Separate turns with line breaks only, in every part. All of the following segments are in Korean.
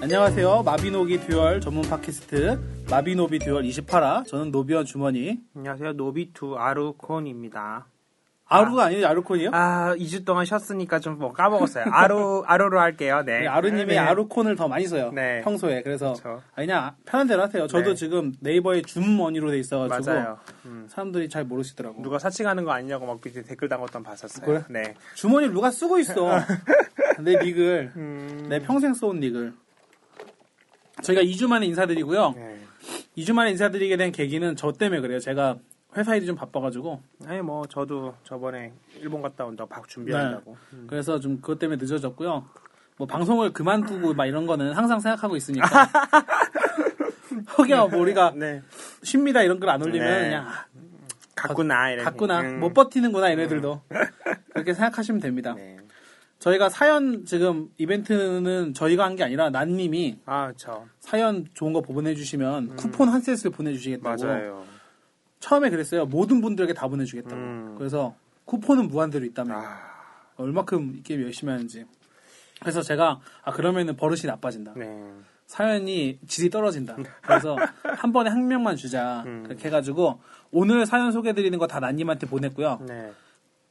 안녕하세요. 마비노기 듀얼 전문 팟캐스트 마비노비 듀얼 28화 저는 노비원 주머니
안녕하세요. 노비투 아루콘입니다.
아루가 아니에요 아루콘이요?
아, 2주 동안 쉬었으니까 좀 뭐 까먹었어요. 아루, 아루로 할게요. 네.
네, 아루님이
네.
아루콘을 더 많이 써요
네.
평소에 그래서
그쵸.
아니, 그냥 편한 대로 하세요. 저도
네.
지금 네이버에 줌머니로 돼 있어가지고
맞아요. 음.
사람들이 잘 모르시더라고.
누가 사칭하는 거 아니냐고 막 밑에 댓글 단 것도 봤었어요.
그래?
네.
주머니 누가 쓰고 있어? 내 닉을
음,
내 평생 써온 닉을 저희가 2주 만에 인사드리고요.
네.
2주 만에 인사드리게 된 계기는 저 때문에 그래요. 제가 회사 일이 좀 바빠가지고
아니, 뭐, 저도 저번에 일본 갔다 온다고 박 준비한다고.
네.
음.
그래서 좀 그것 때문에 늦어졌고요. 뭐 방송을 그만두고 막 이런 거는 항상 생각하고 있으니까 혹여 뭐 우리가
네.
쉽니다 이런 글 안 올리면
네.
그냥 아,
갔구나. 이래.
갔구나 뭐
음.
못 버티는구나 얘네들도 그렇게 생각하시면 됩니다.
네.
저희가 사연 지금 이벤트는 저희가 한 게 아니라 난님이
아, 저.
뭐? 사연 좋은 거 보내주시면 쿠폰 한 세트 보내주시겠다고
음. 맞아요.
처음에 그랬어요 모든 분들에게 다 보내주겠다고
음.
그래서 쿠폰은 무한대로 있다며
아,
얼마큼 이 게임 열심히 하는지 그래서 제가 아 그러면은 버릇이 나빠진다
네.
사연이 질이 떨어진다. 그래서 한 번에 한 명만 주자.
음.
그렇게 해가지고 오늘 사연 소개드리는 거 다 난님한테 보냈고요.
네.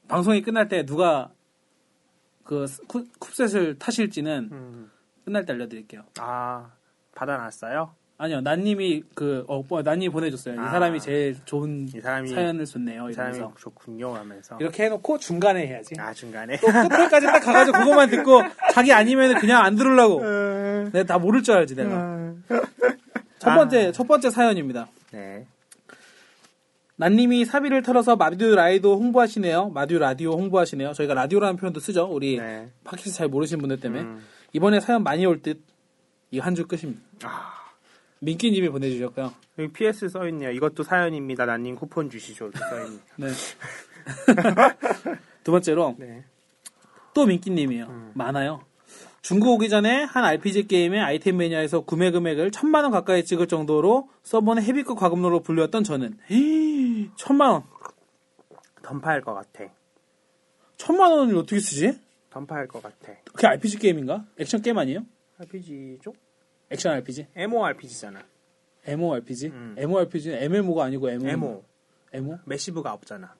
방송이 끝날 때 누가 그 쿠- 쿱셋을 타실지는
음.
끝날 때 알려드릴게요.
아, 받아놨어요?
아니요, 난님이 그, 어, 뭐, 난님이 보내줬어요. 이
아.
사람이 제일 좋은
이 사람이-
사연을 썼네요.
이
어, 이러면서.
사람이 좋군요 하면서.
이렇게 해놓고 중간에 해야지.
아, 중간에.
끝까지 딱 가가지고 그것만 듣고 자기 아니면 그냥 안 들으려고. 내가 네, 다 모를 줄 알지, 내가. 첫 번째, 첫 번째 사연입니다.
네.
난님이 사비를 털어서 마듀 라이도 홍보하시네요. 마듀 라디오 홍보하시네요. 저희가 라디오라는 표현도 쓰죠. 우리
네.
팟캐스트 잘 모르시는 분들 때문에.
음.
이번에 사연 많이 올 듯. 이 한 주 끝입니다.
아,
민기님이 보내주셨고요.
여기 PS 써 있네요. 이것도 사연입니다. 나님 쿠폰 주시죠. 이렇게 써 있네요.
네. 두 번째로
네.
또 민기님이에요. 많아요. 중국 오기 전에 한 RPG 게임의 아이템 매니아에서 구매 금액을 천만 원 가까이 찍을 정도로 서버는 헤비급 과금로로 불렸던 저는 헤이, 천만 원,
던파할 것 같아.
천만 원을 어떻게 쓰지?
던파할 것 같아.
그게 RPG 게임인가? 액션 게임 아니에요?
RPG 쪽?
액션 RPG?
MORPG잖아.
MORPG?
음.
MORPG는 MMO가 아니고 MMO.
MO.
MO?
메시브가 없잖아.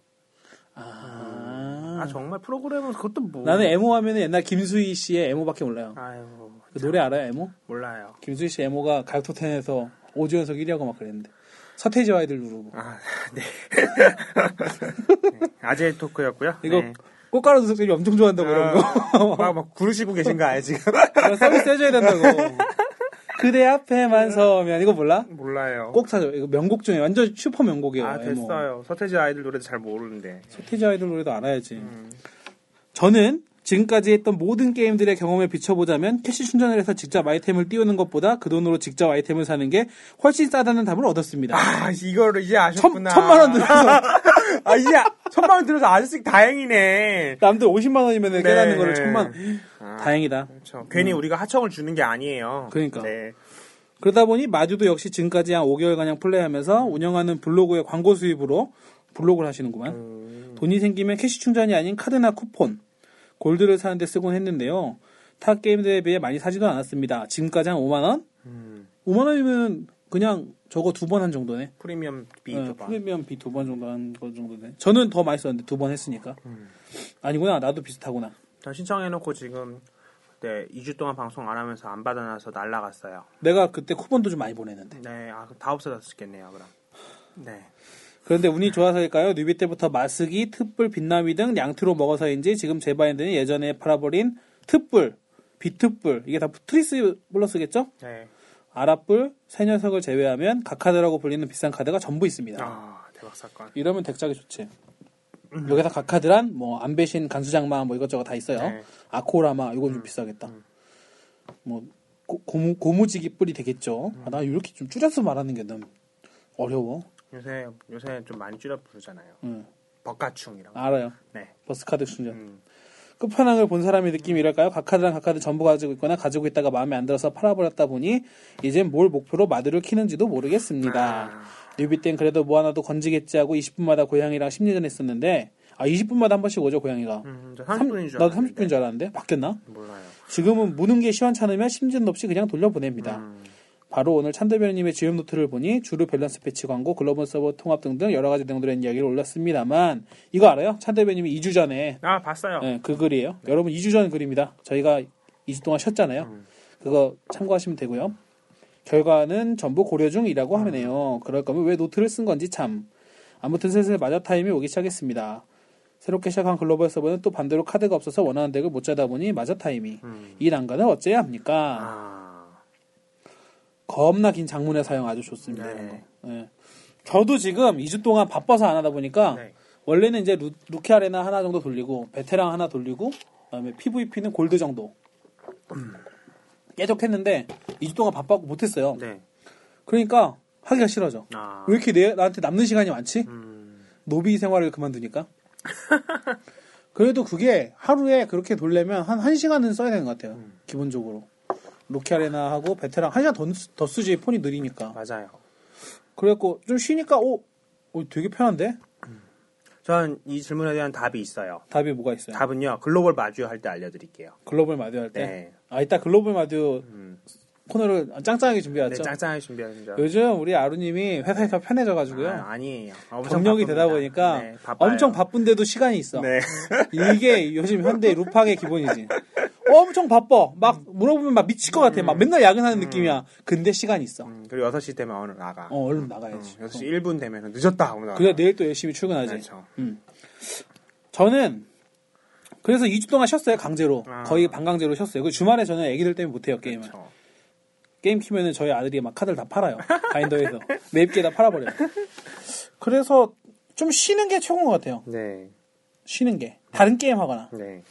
아.
아, 정말 프로그램은 그것도 뭐.
나는 MO 하면은 옛날 김수희 씨의 MO밖에 몰라요.
아유,
그 노래 알아요, MO?
몰라요.
김수희 씨 MO가 가요토텐에서 5주 연속 1위하고 막 그랬는데. 서태지와 아이들 누르고.
아, 네. 네. 아재 토크였고요.
이거
네.
꽃가루 도둑들이 엄청 좋아한다고 그런 거.
막, 막 구르시고 계신 거 아니에요, 지금?
이거 서비스 해줘야 된다고. 그대 앞에만 서면, 이거 몰라?
몰라요.
꼭 사줘. 이거 명곡 중에 완전 슈퍼 명곡이에요.
아,
MO.
됐어요. 서태지 아이들 노래도 잘 모르는데.
서태지 아이돌 노래도 알아야지. 저는 지금까지 했던 모든 게임들의 경험에 비춰보자면 캐시 충전을 해서 직접 아이템을 띄우는 것보다 그 돈으로 직접 아이템을 사는 게 훨씬 싸다는 답을 얻었습니다.
아, 이거를 이제
천,
아셨구나.
천만 원 들어서
아, 이제 천만 원 들어서 아저씨 다행이네.
남들 50만 원이면
네.
깨닫는 거를 천만
아.
다행이다.
그렇죠. 괜히 우리가 하청을 주는 게 아니에요.
그러니까.
네.
그러다 보니 마주도 역시 지금까지 한 5개월가량 플레이하면서 운영하는 블로그의 광고 수입으로 블로그를 하시는구만.
음,
돈이 생기면 캐시 충전이 아닌 카드나 쿠폰, 골드를 사는데 쓰곤 했는데요. 타 게임들에 비해 많이 사지도 않았습니다. 지금까지 한 5만원?
음,
5만원이면 그냥 저거 두 번 한 정도네.
프리미엄 B
네,
두 번.
프리미엄 B 두 번 정도 한 거 정도네. 저는 더 많이 썼는데 두 번 했으니까.
음.
아니구나. 나도 비슷하구나.
전 신청해놓고 지금 네 2주 동안 방송 안 하면서 안 받아놔서 날라갔어요.
내가 그때 쿠폰도 좀 많이 보냈는데.
네, 아, 다 없어졌겠네요. 그럼. 네.
그런데 운이 좋아서일까요? 뉴비 때부터 마스기, 특불, 빛나미 등 양트로 먹어서인지 지금 제 바인드는 예전에 팔아버린 특불, 비특불 이게 다 트리스 플러스겠죠?
네.
아랍불, 세 녀석을 제외하면 각카드라고 불리는 비싼 카드가 전부 있습니다.
아 대박 사건.
이러면 덱작이 좋지. 여기다 각카드란 뭐 안배신, 간수장마 뭐 이것저것 다 있어요.
네. 음.
아코라마 이건 좀 비싸겠다. 뭐 고, 고무, 고무지기 뿔이 되겠죠. 아, 나 이렇게 좀 줄여서 말하는 게 너무 어려워.
요새 요새 좀 많이 줄여 부르잖아요.
음.
버가충이라고.
알아요.
네.
버스카드 충전.
음.
끝판왕을 본 사람의 느낌이랄까요? 각카드랑 각카드 전부 가지고 있거나 가지고 있다가 마음에 안 들어서 팔아버렸다 보니 이젠 뭘 목표로 마드를 키는지도 모르겠습니다.
아.
뉴비 땐 그래도 뭐 하나 더 건지겠지 하고 20분마다 고양이랑 심리전 했었는데 아 20분마다 한 번씩 오죠 고양이가.
음, 네. 저
삼-
30분인 줄
나도
알았는데
30분인 줄 알았는데 바뀌었나?
몰라요.
지금은 무는 게 시원찮으면 심증 없이 그냥 돌려보냅니다.
음,
바로 오늘 찬대변님의 지음 노트를 보니 주로 밸런스 패치 광고, 글로벌 서버 통합 등등 여러 가지 내용들에 대한 이야기를 올렸습니다만 이거 알아요? 찬대변님이 2주 전에
아 봤어요.
예, 그 글이에요.
네.
여러분 2주 전 글입니다. 저희가 2주 동안 쉬었잖아요.
음.
그거 참고하시면 되고요. 결과는 전부 고려
음.
중이라고 하네요. 그럴 거면 왜 노트를 쓴 건지 참. 아무튼 슬슬 마저 타임이 오기 시작했습니다. 새롭게 시작한 글로벌 서버는 또 반대로 카드가 없어서 원하는 덱을 못 짜다 보니 마저 타임이.
음.
이 난관을 어째야 합니까?
아,
겁나 긴 장문의 사용 아주 좋습니다.
네.
이런 거. 예. 저도 지금 2주 동안 바빠서 안 하다 보니까
네.
원래는 이제 루, 루키 아레나 하나 정도 돌리고 베테랑 하나 돌리고 그다음에 PVP는 골드 정도 깨적했는데 2주 동안 바빠고 못했어요.
네.
그러니까 하기가 싫어져.
아,
왜 이렇게 내, 나한테 남는 시간이 많지?
음,
노비 생활을 그만두니까. 그래도 그게 하루에 그렇게 돌려면 한 1시간은 써야 되는 것 같아요. 기본적으로. 루키 아레나 하고 베테랑 1시간 더, 쓰- 더 쓰지 폰이 느리니까.
맞아요.
그래갖고 좀 쉬니까 오, 오, 되게 편한데
전 이 질문에 대한 답이 있어요.
답이 뭐가 있어요?
답은요. 글로벌 마주 할 때 알려드릴게요.
글로벌 마듀 할 때.
네.
아 이따 글로벌 마듀
음.
코너를 아, 짱짱하게
네,
준비하죠.
짱짱하게 준비했습니다.
요즘 우리 아루님이 회사에서 편해져가지고요.
아, 아니에요. 아, 엄청
경력이
바쁩니다.
되다 보니까
네, 바빠요.
엄청 바쁜데도 시간이 있어.
네.
이게 요즘 현대 루팡의 기본이지. 어, 엄청 바빠. 막 물어보면 막 미칠 것 같아. 막 맨날 야근하는 느낌이야. 근데 시간이 있어.
음, 그리고 6시 되면 오늘 나가. 네,
어, 얼른 나가야지.
음.
어,
6시 1분 되면 늦었다 네, 하고 나가.
그래 내일 또 열심히 출근하지.
그렇죠.
저는 그래서 2주 동안 쉬었어요 강제로
아.
거의 반강제로 쉬었어요. 그 주말에 저는 애기들 때문에 못해요 게임을.
그렇죠.
게임 키면은 저희 아들이 막 카드를 다 팔아요 바인더에서 매입기에다 팔아버려요. 그래서 좀 쉬는 게 최고인 것 같아요.
네.
쉬는 게 다른 게임 하거나.
네.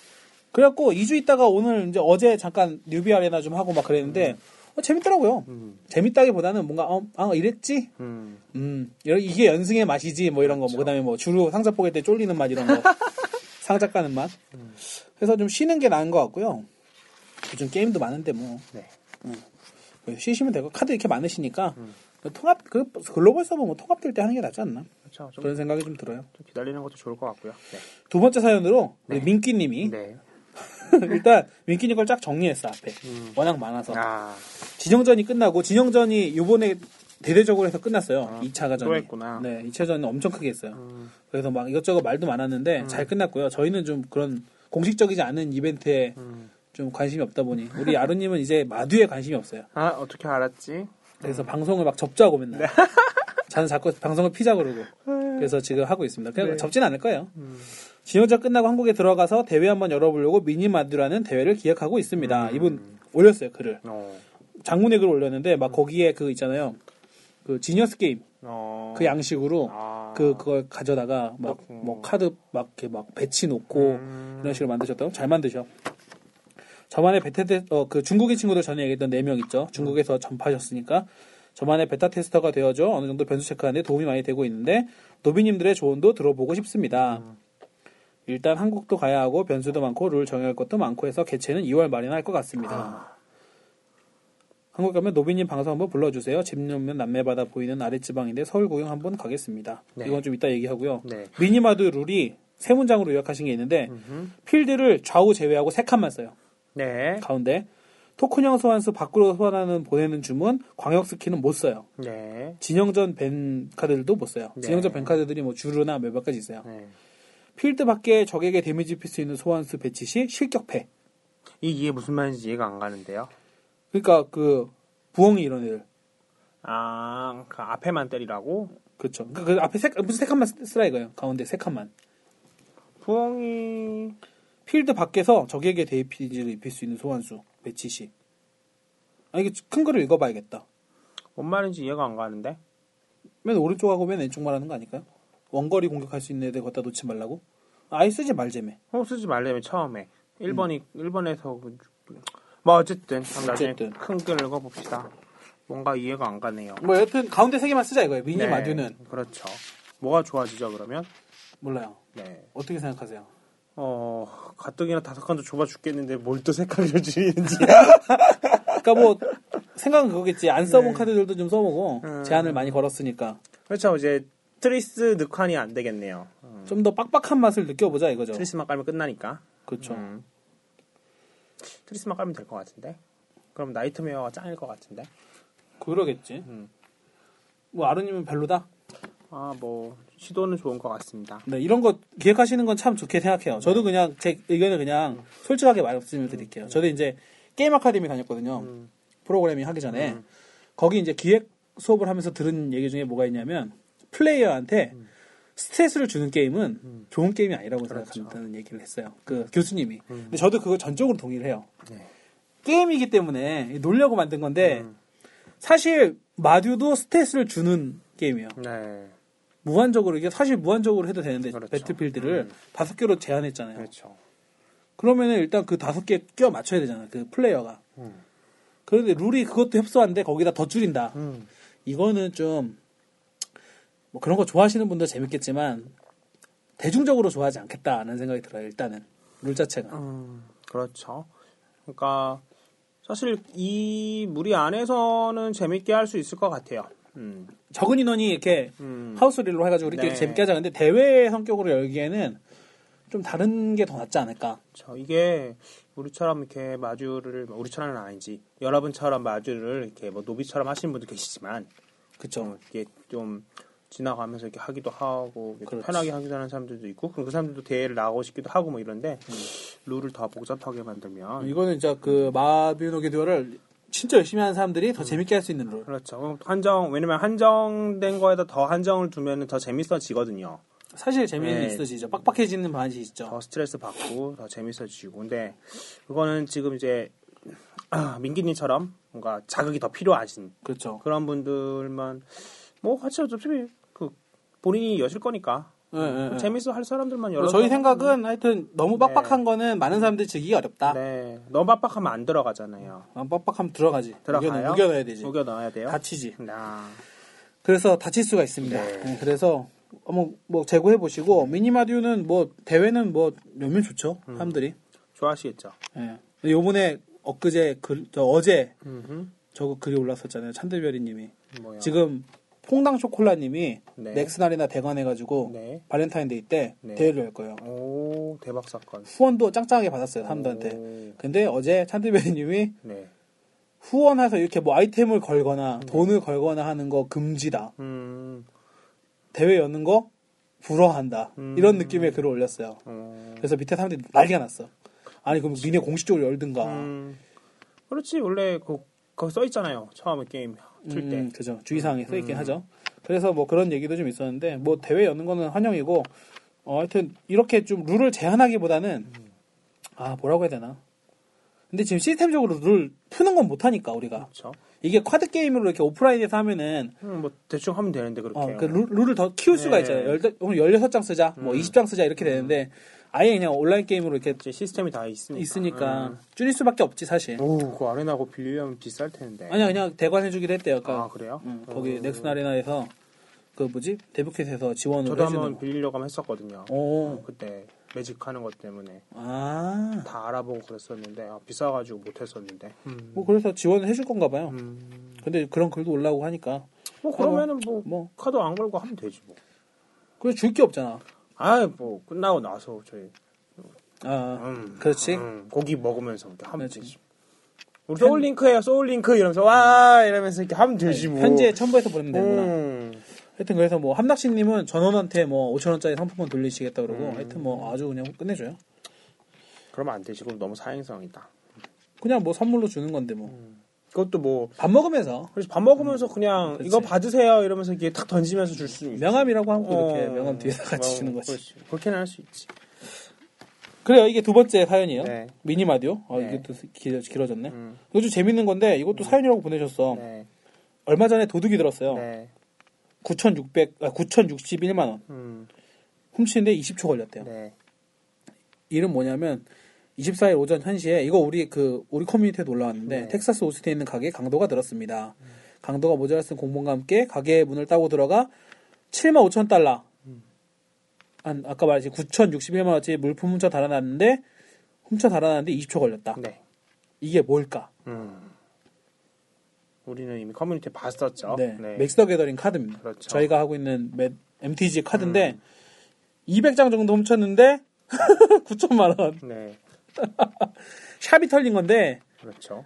그래갖고 2주 있다가 오늘 이제 어제 잠깐 뉴비 아레나 좀 하고 막 그랬는데 어, 재밌더라고요.
음.
재밌다기보다는 뭔가 어, 아 이랬지
음.
음, 이런- 이게 연승의 맛이지, 뭐 이런 거, 뭐, 그 다음에 뭐, 주로 상자 포개 때 쫄리는 맛 이런 거. 상자 까는 맛. 그래서 좀 쉬는 게 나은 것 같고요. 요즘 게임도 많은데 뭐,
네.
뭐 쉬시면 되고, 카드 이렇게 많으시니까,
음.
통합, 그 글로벌 서버 뭐 통합될 때 하는 게 낫지 않나?
그렇죠. 좀,
그런 생각이 좀 들어요.
좀 기다리는 것도 좋을 것 같고요. 네.
두 번째 사연으로, 우리 민끼님이,
네.
일단, 민끼님 걸 쫙 정리했어, 앞에. 워낙 많아서.
음. 아,
진영전이 끝나고 진영전이 요번에 대대적으로 해서 끝났어요.
아,
이 2차 가전이.
또 했구나. 음.
네, 2차전은 엄청 크게 했어요. 그래서 막 이것저것 말도 많았는데 잘 끝났고요. 저희는 좀 그런 공식적이지 않은 이벤트에
음.
좀 관심이 없다 보니 우리 아루님은 이제 마두에 관심이 없어요.
아, 어떻게 알았지?
그래서 방송을 막 접자고 맨날.
네.
저는 자꾸 방송을 피자 그러고 그래서 지금 하고 있습니다. 그냥
네.
접진 않을 거예요.
음.
진영전 끝나고 한국에 들어가서 대회 한번 열어보려고 미니 마두라는 대회를 기획하고 있습니다.
음.
이분 올렸어요 글을.
어.
장문의 글을 올렸는데 막 거기에 그 있잖아요. 그 지니어스 게임
어.
그 양식으로
아.
그 그걸 가져다가 막 뭐 카드 막 이렇게 막 배치 놓고
음.
이런 식으로 만드셨다고 잘 만드셔. 저만의 베타 테 어그 중국인 친구들 전에 얘기했던 네 명 있죠. 중국에서 전파하셨으니까 저만의 베타 테스터가 되어져 어느 정도 변수 체크하는데 도움이 많이 되고 있는데 노비님들의 조언도 들어보고 싶습니다.
음.
일단 한국도 가야 하고 변수도 많고 룰 정할 것도 많고 해서 개최는 2월 말이나 할 것 같습니다.
아.
한국 가면 노비님 방송 한번 불러주세요. 집 넘는 남해바다 보이는 아랫지방인데 서울 구경 한번 가겠습니다.
네.
이건 좀 이따 얘기하고요.
네.
미니마드 룰이 세 문장으로 요약하신 게 있는데
음흠.
필드를 좌우 제외하고 세 칸만 써요.
네.
가운데 토큰형 소환수 밖으로 소환하는 보내는 주문 광역 스키는 못 써요.
네.
진영전 벤 카드들도 못 써요.
네.
진영전 벤 카드들이 뭐 주루나 몇몇까지 있어요.
네.
필드 밖에 적에게 데미지 입힐 수 있는 소환수 배치 시 실격패.
이 이해 무슨 말인지 이해가 안 가는데요.
그러니까 그 부엉이 이런 애들.
아, 그 앞에만 때리라고?
그렇죠. 그, 그 앞에 세, 무슨 세 칸만 쓰- 쓰라 이거예요. 가운데 세 칸만.
부엉이
필드 밖에서 적에게 데이피지를 입힐 수 있는 소환수 배치 시. 아 이게 큰 거를 읽어봐야겠다.
뭔 말인지 이해가 안 가는데?
맨 오른쪽하고 맨 왼쪽 말하는 거 아닐까요? 원거리 공격할 수 있는 애들 갖다 놓지 말라고. 아예 쓰지 말재매.
어, 쓰지 말래면 처음에 1번이 1번에서 그, 뭐 어쨌든 그럼 나중에
어쨌든.
큰글 읽어봅시다. 뭔가 이해가 안 가네요.
뭐 여튼 가운데 세 개만 쓰자 이거예요. 미니
네,
마듀는
그렇죠. 뭐가 좋아지죠 그러면?
몰라요.
네.
어떻게 생각하세요?
어 가뜩이나 다섯 칸도 좁아 죽겠는데 뭘 또 색깔을 줄이는지.
그러니까 뭐
네. 음.
생각은 그거겠지. 안 써본 카드들도 좀 써보고 제한을 많이 걸었으니까.
그렇죠. 이제 트리스 늑환이 안 되겠네요. 음,
좀 더 빡빡한 맛을 느껴보자 이거죠.
트리스만 깔면 끝나니까.
그렇죠.
음. 트리스만 깔면 될 것 같은데. 그럼 나이트메어가 짱일 것 같은데.
그러겠지.
음.
뭐 아루님은 별로다.
아 뭐 시도는 좋은 것 같습니다.
네, 이런 거 기획하시는 건 참 좋게 생각해요. 저도 그냥 제 의견을 그냥 솔직하게 말씀을 드릴게요. 저도 이제 게임 아카데미 다녔거든요.
음.
프로그래밍 하기 전에 거기 이제 기획 수업을 하면서 들은 얘기 중에 뭐가 있냐면 플레이어한테 스트레스를 주는 게임은 좋은 게임이 아니라고 생각한다는 얘기를 했어요. 그 교수님이. 근데 저도 그거 전적으로 동의를 해요.
네.
게임이기 때문에 놀려고 만든 건데 사실 마듀도 스트레스를 주는 게임이에요.
네.
무한적으로 이게 사실 무한적으로 해도 되는데
그렇죠.
배틀필드를 다섯 개로 제한했잖아요.
그렇죠.
그러면은 일단 그 다섯 개 끼워 맞춰야 되잖아. 그 플레이어가.
음.
그런데 룰이 그것도 협소한데 거기다 더 줄인다.
음.
이거는 좀 뭐 그런 거 좋아하시는 분도 재밌겠지만 대중적으로 좋아하지 않겠다는 생각이 들어요. 일단은 룰 자체가.
음, 그렇죠. 그러니까 사실 이 무리 안에서는 재밌게 할 수 있을 것 같아요. 음,
적은 인원이 이렇게
음,
하우스릴로 해가지고 우리끼리
네.
재밌게 하자. 근데 대회 성격으로 열기에는 좀 다른 게 더 낫지 않을까.
저 이게 우리처럼 이렇게 마주를 우리처럼은 아니지 여러분처럼 마주를 이렇게 뭐 노비처럼 하시는 분도 계시지만
그쵸.
어, 이게 좀 지나가면서 이렇게 하기도 하고 이렇게
그렇지.
편하게 하기도 하는 사람들도 있고 그리고 그 사람들도 대회를 나가고 싶기도 하고 뭐 이런데 룰을 더 복잡하게 만들면
이거는 진짜 그 마비노기 듀얼을 진짜 열심히 하는 사람들이
음.
더 재밌게 할 수 있는 룰.
그렇죠. 그럼 한정 왜냐면 한정된 거에다 더 한정을 두면 더 재밌어지거든요.
사실 재미는
네.
있으시죠. 빡빡해지는 반이 있죠.
더 스트레스 받고 더 재밌어지고 근데 그거는 지금 이제 아, 민기님처럼 뭔가 자극이 더 필요하신
그렇죠.
그런 분들만 뭐 같이 어차피 그 본인이 여실 거니까
예, 예, 예.
음, 재밌어 할 사람들만 여러
저희
명-
생각은 하여튼 너무 빡빡한 거는 많은 사람들이 즐기기 어렵다.
네 너무 빡빡하면 안 들어가잖아요
아, 빡빡하면 들어가지.
들어가요
우겨내- 우겨내야 되지.
우겨 넣어야 돼요 아,
다치지.
나
그래서 다칠 수가 있습니다.
네.
네, 그래서 한번 뭐 재고해 보시고 미니마듀는 뭐 대회는 뭐 몇면 좋죠.
음.
사람들이.
좋아하시겠죠
예. 근데 요번에 엊그제 글- 저 어제
음흠.
저거 글이 올랐었잖아요. 찬들별이 님이.
뭐야
지금 퐁당 초콜라님이
네.
넥슨아리나 대관해가지고
네.
발렌타인데이 때
네.
대회를 열 거예요.
오 대박 사건
후원도 짱짱하게 받았어요 사람들한테.
오,
근데 어제 찬드베리님이
네
후원해서 이렇게 뭐 아이템을 걸거나 돈을 걸거나 하는 거 금지다.
음,
대회 여는 거 불허한다.
음.
이런 느낌의 글을 올렸어요.
어.
그래서 밑에 사람들이 난리가 났어. 아니 그럼 니네 공식적으로 열든가.
음, 그렇지 원래 그 거기 써 있잖아요 처음에 게임 틀 때. 음.
음, 그죠. 주의사항에 써 있긴 하죠. 그래서 뭐 그런 얘기도 좀 있었는데 뭐 대회 여는 거는 환영이고 어, 하여튼 이렇게 좀 룰을 제한하기보다는 아 뭐라고 해야 되나. 근데 지금 시스템적으로 룰 푸는 건 못하니까 우리가
그렇죠.
이게 쿼드 게임으로 이렇게 오프라인에서 하면은
음, 뭐 대충 하면 되는데 그렇게.
어, 그 룰, 룰을 더 키울 수가
네. 음.
있잖아요. 열, 오늘 16장 쓰자, 뭐 20장 쓰자 이렇게 되는데 아예 그냥 온라인 게임으로 이렇게
이제 시스템이 다 있으니까.
있으니까 줄일 수밖에 없지 사실.
음. 오, 그 아레나고 빌리면 비쌀 텐데.
아니야 그냥 대관해주기로 했대요. 그러니까
아 그래요?
음, 거기
음,
넥슨 아레나에서 그 뭐지 데뷔킷에서 지원을
저도
해주는
한번
거.
빌리려고 하면 했었거든요.
어. 오,
그때 매직 하는 것 때문에
아,
다 알아보고 그랬었는데 아, 비싸가지고 못했었는데. 음.
뭐 그래서 지원을 해줄 건가 봐요.
음.
근데 그런 글도 올라오고 하니까
뭐 그러면은 뭐,
뭐
카드 안 걸고 하면 되지 뭐.
그래서 줄 게 없잖아.
아뭐 끝나고 나서 저희.
아,
음.
그렇지.
음, 고기 먹으면서 이렇게 하면
그렇지.
되지. 뭐. 우리 소울링크예요, 소울링크 이러면서 와 이러면서 이렇게 하면 되지 뭐.
현재 첨부해서 보내면 네, 되구나.
음,
하여튼 그래서 뭐 함낚시님은 전원한테 뭐 5천 원짜리 상품권 돌리시겠다 그러고
음.
하여튼 뭐 아주 그냥 끝내줘요.
그러면 안 되지. 그럼 너무 사행성이다.
그냥 뭐 선물로 주는 건데 뭐.
음. 그것도 뭐
밥 먹으면서
그래서 밥 먹으면서 그냥
음, 그렇지.
이거 받으세요 이러면서 이게 탁 던지면서 줄 수 있지.
명함이라고 하고 이렇게
어, 뭐
명함 뒤에다 같이 주는 거지.
그렇지. 그렇게는 할 수 있지.
그래요. 이게 두 번째 사연이에요.
네.
미니마디오. 아,
네.
이게 또 길, 어졌네
음.
요즘 재밌는 건데 이것도 사연이라고 보내셨어.
네.
얼마 전에 도둑이 들었어요.
네.
9,600, 아, 9,061만 원.
음.
훔치는데 20초 걸렸대요.
네.
일은 뭐냐면 24일 오전 1시에 이거 우리 그 우리 커뮤니티에 올라왔는데
네. 음.
텍사스 오스틴에 있는 가게에 강도가 들었습니다. 강도가 모자를 쓴 공범과 함께 가게의 문을 따고 들어가 7만 5천 달러
음.
한 아까 말했지 9,061만 원어치 물품 훔쳐 달아났는데 훔쳐 달아났는데 20초 걸렸다.
네.
이게 뭘까?
음. 우리는 이미 커뮤니티 에 봤었죠.
네. 맥스 더 게더링 카드입니다.
그렇죠. 음.
저희가 하고 있는 매- MTG 카드인데 200장 정도 훔쳤는데 9천만 원.
네.
샵이 털린 건데
그렇죠.